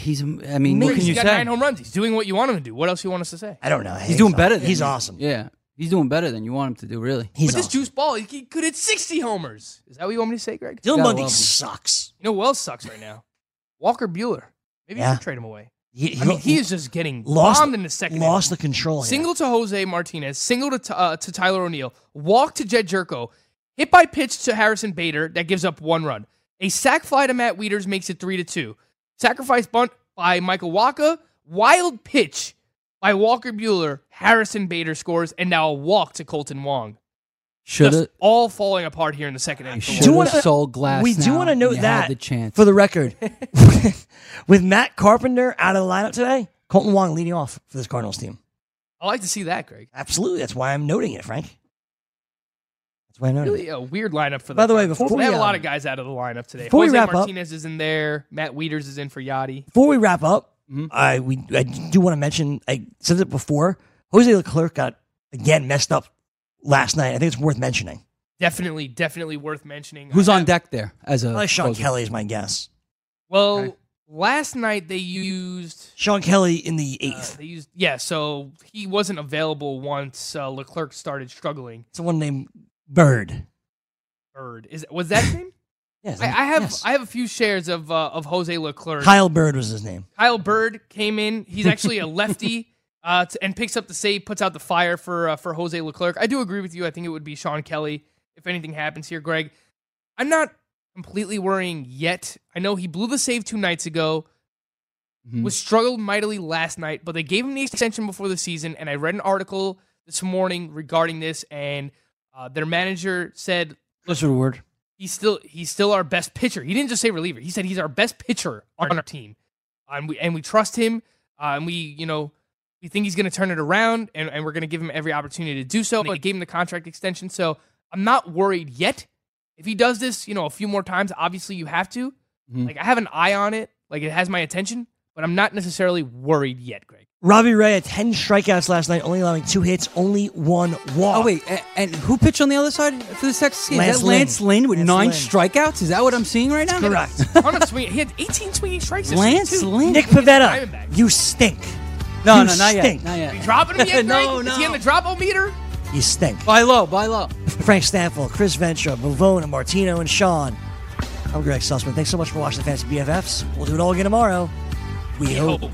He's. I mean,
Maybe
what can
he's
you
got
say?
nine home runs. He's doing what you want him to do. What else you want us to say?
I don't know.
He's doing better. Than
He's
you.
awesome.
Yeah, he's doing better than you want him to do. Really.
He's
With this
awesome.
juice ball, he- he could hit 60 homers. Is that what you want me to say, Greg?
Dylan
Gotta
Bundy
love him.
sucks.
You know who else sucks right now? Walker Bueller. Maybe
Yeah.
you should trade him away.
He, he
I mean,
lo-
he is just getting
lost
bombed in the second.
Lost
inning.
the control. here.
single to Jose Martinez, single to T- uh, to Tyler O'Neill, walk to Jed Jerko, hit by pitch to Harrison Bader that gives up one run. A sac fly to Matt Wieters makes it three to two. Sacrifice bunt by Michael Waka, wild pitch by Walker Bueller. Harrison Bader scores, and now a walk to Colton Wong.
Should
Just
have.
all falling apart here in the second half.
Should
Do
have
wanna-
sold glass.
we do
now,
want to
and
note
you
that
had the chance.
for the record, with Matt Carpenter out of the lineup today, Colton Wong leading off for this Cardinals team.
I like to see that, Greg.
Absolutely, that's why I'm noting it, Frank. That's why I'm noting
Really
it.
a weird lineup for them.
By the way, before
they
we,
have a lot
um,
of guys out of the lineup today.
before we
Jose
wrap up-
Martinez is in there. Matt Wieters is in for Yachty.
Before we wrap up,
Mhm.
I we I do want to mention. I said it before. Jose Leclerc got again messed up last night. I think it's worth mentioning.
Definitely, definitely worth mentioning.
Who's
I
on
have-
deck there as a
Probably Sean
closer?
Kelly is my guess.
Well,
Okay.
Last night they used uh,
Sean Kelly in the eighth.
they used yeah, so he wasn't available once uh, Leclerc started struggling.
Someone named Bird.
Bird is was that his name?
Yes,
I, I have I have a few shares of uh, of Jose Leclerc.
Kyle Bird was his name.
Kyle Bird came in. He's actually a lefty uh, t- and picks up the save, puts out the fire for uh, for Jose Leclerc. I do agree with you. I think it would be Sean Kelly if anything happens here, Greg. I'm not completely worrying yet. I know he blew the save two nights ago.
Mm-hmm.
Was struggled mightily last night, but they gave him the extension before the season. And I read an article this morning regarding this, and uh, their manager said
What's the word?
he's still he's still our best pitcher. He didn't just say reliever. He said he's our best pitcher on our team, Uh, and we and we trust him, uh, and we you know we think he's going to turn it around, and, and we're going to give him every opportunity to do so. And they gave him the contract extension, so I'm not worried yet. If he does this, you know, a few more times, obviously you have to.
Mm-hmm.
Mhm.
Like I have an eye on it, like it has my attention, but I'm not necessarily worried yet, Greg.
Robbie Ray had 10 strikeouts last night, only allowing two hits, only one walk.
Oh wait, and, and who pitched on the other side for this Texas game?
Lance
is that Lance
Lynn.
Lynn, with
Lance
nine
Lynn.
strikeouts? Is that what I'm seeing right now?
Correct.
On a swing, he had 18 swinging strikes. this
Lance
season, too.
Lynn.
Nick Pavetta, you stink.
No,
You
no, not
stink.
yet. Not yet.
You dropping him yet, Greg?
no,
Is
no.
he in the drop meter?
You stink.
Buy low, buy low.
Frank Stanfield, Chris Ventura, Bavona, Martino, and Sean. I'm Greg Sussman. Thanks so much for watching the Fantasy BFFs. We'll do it all again tomorrow. We hope.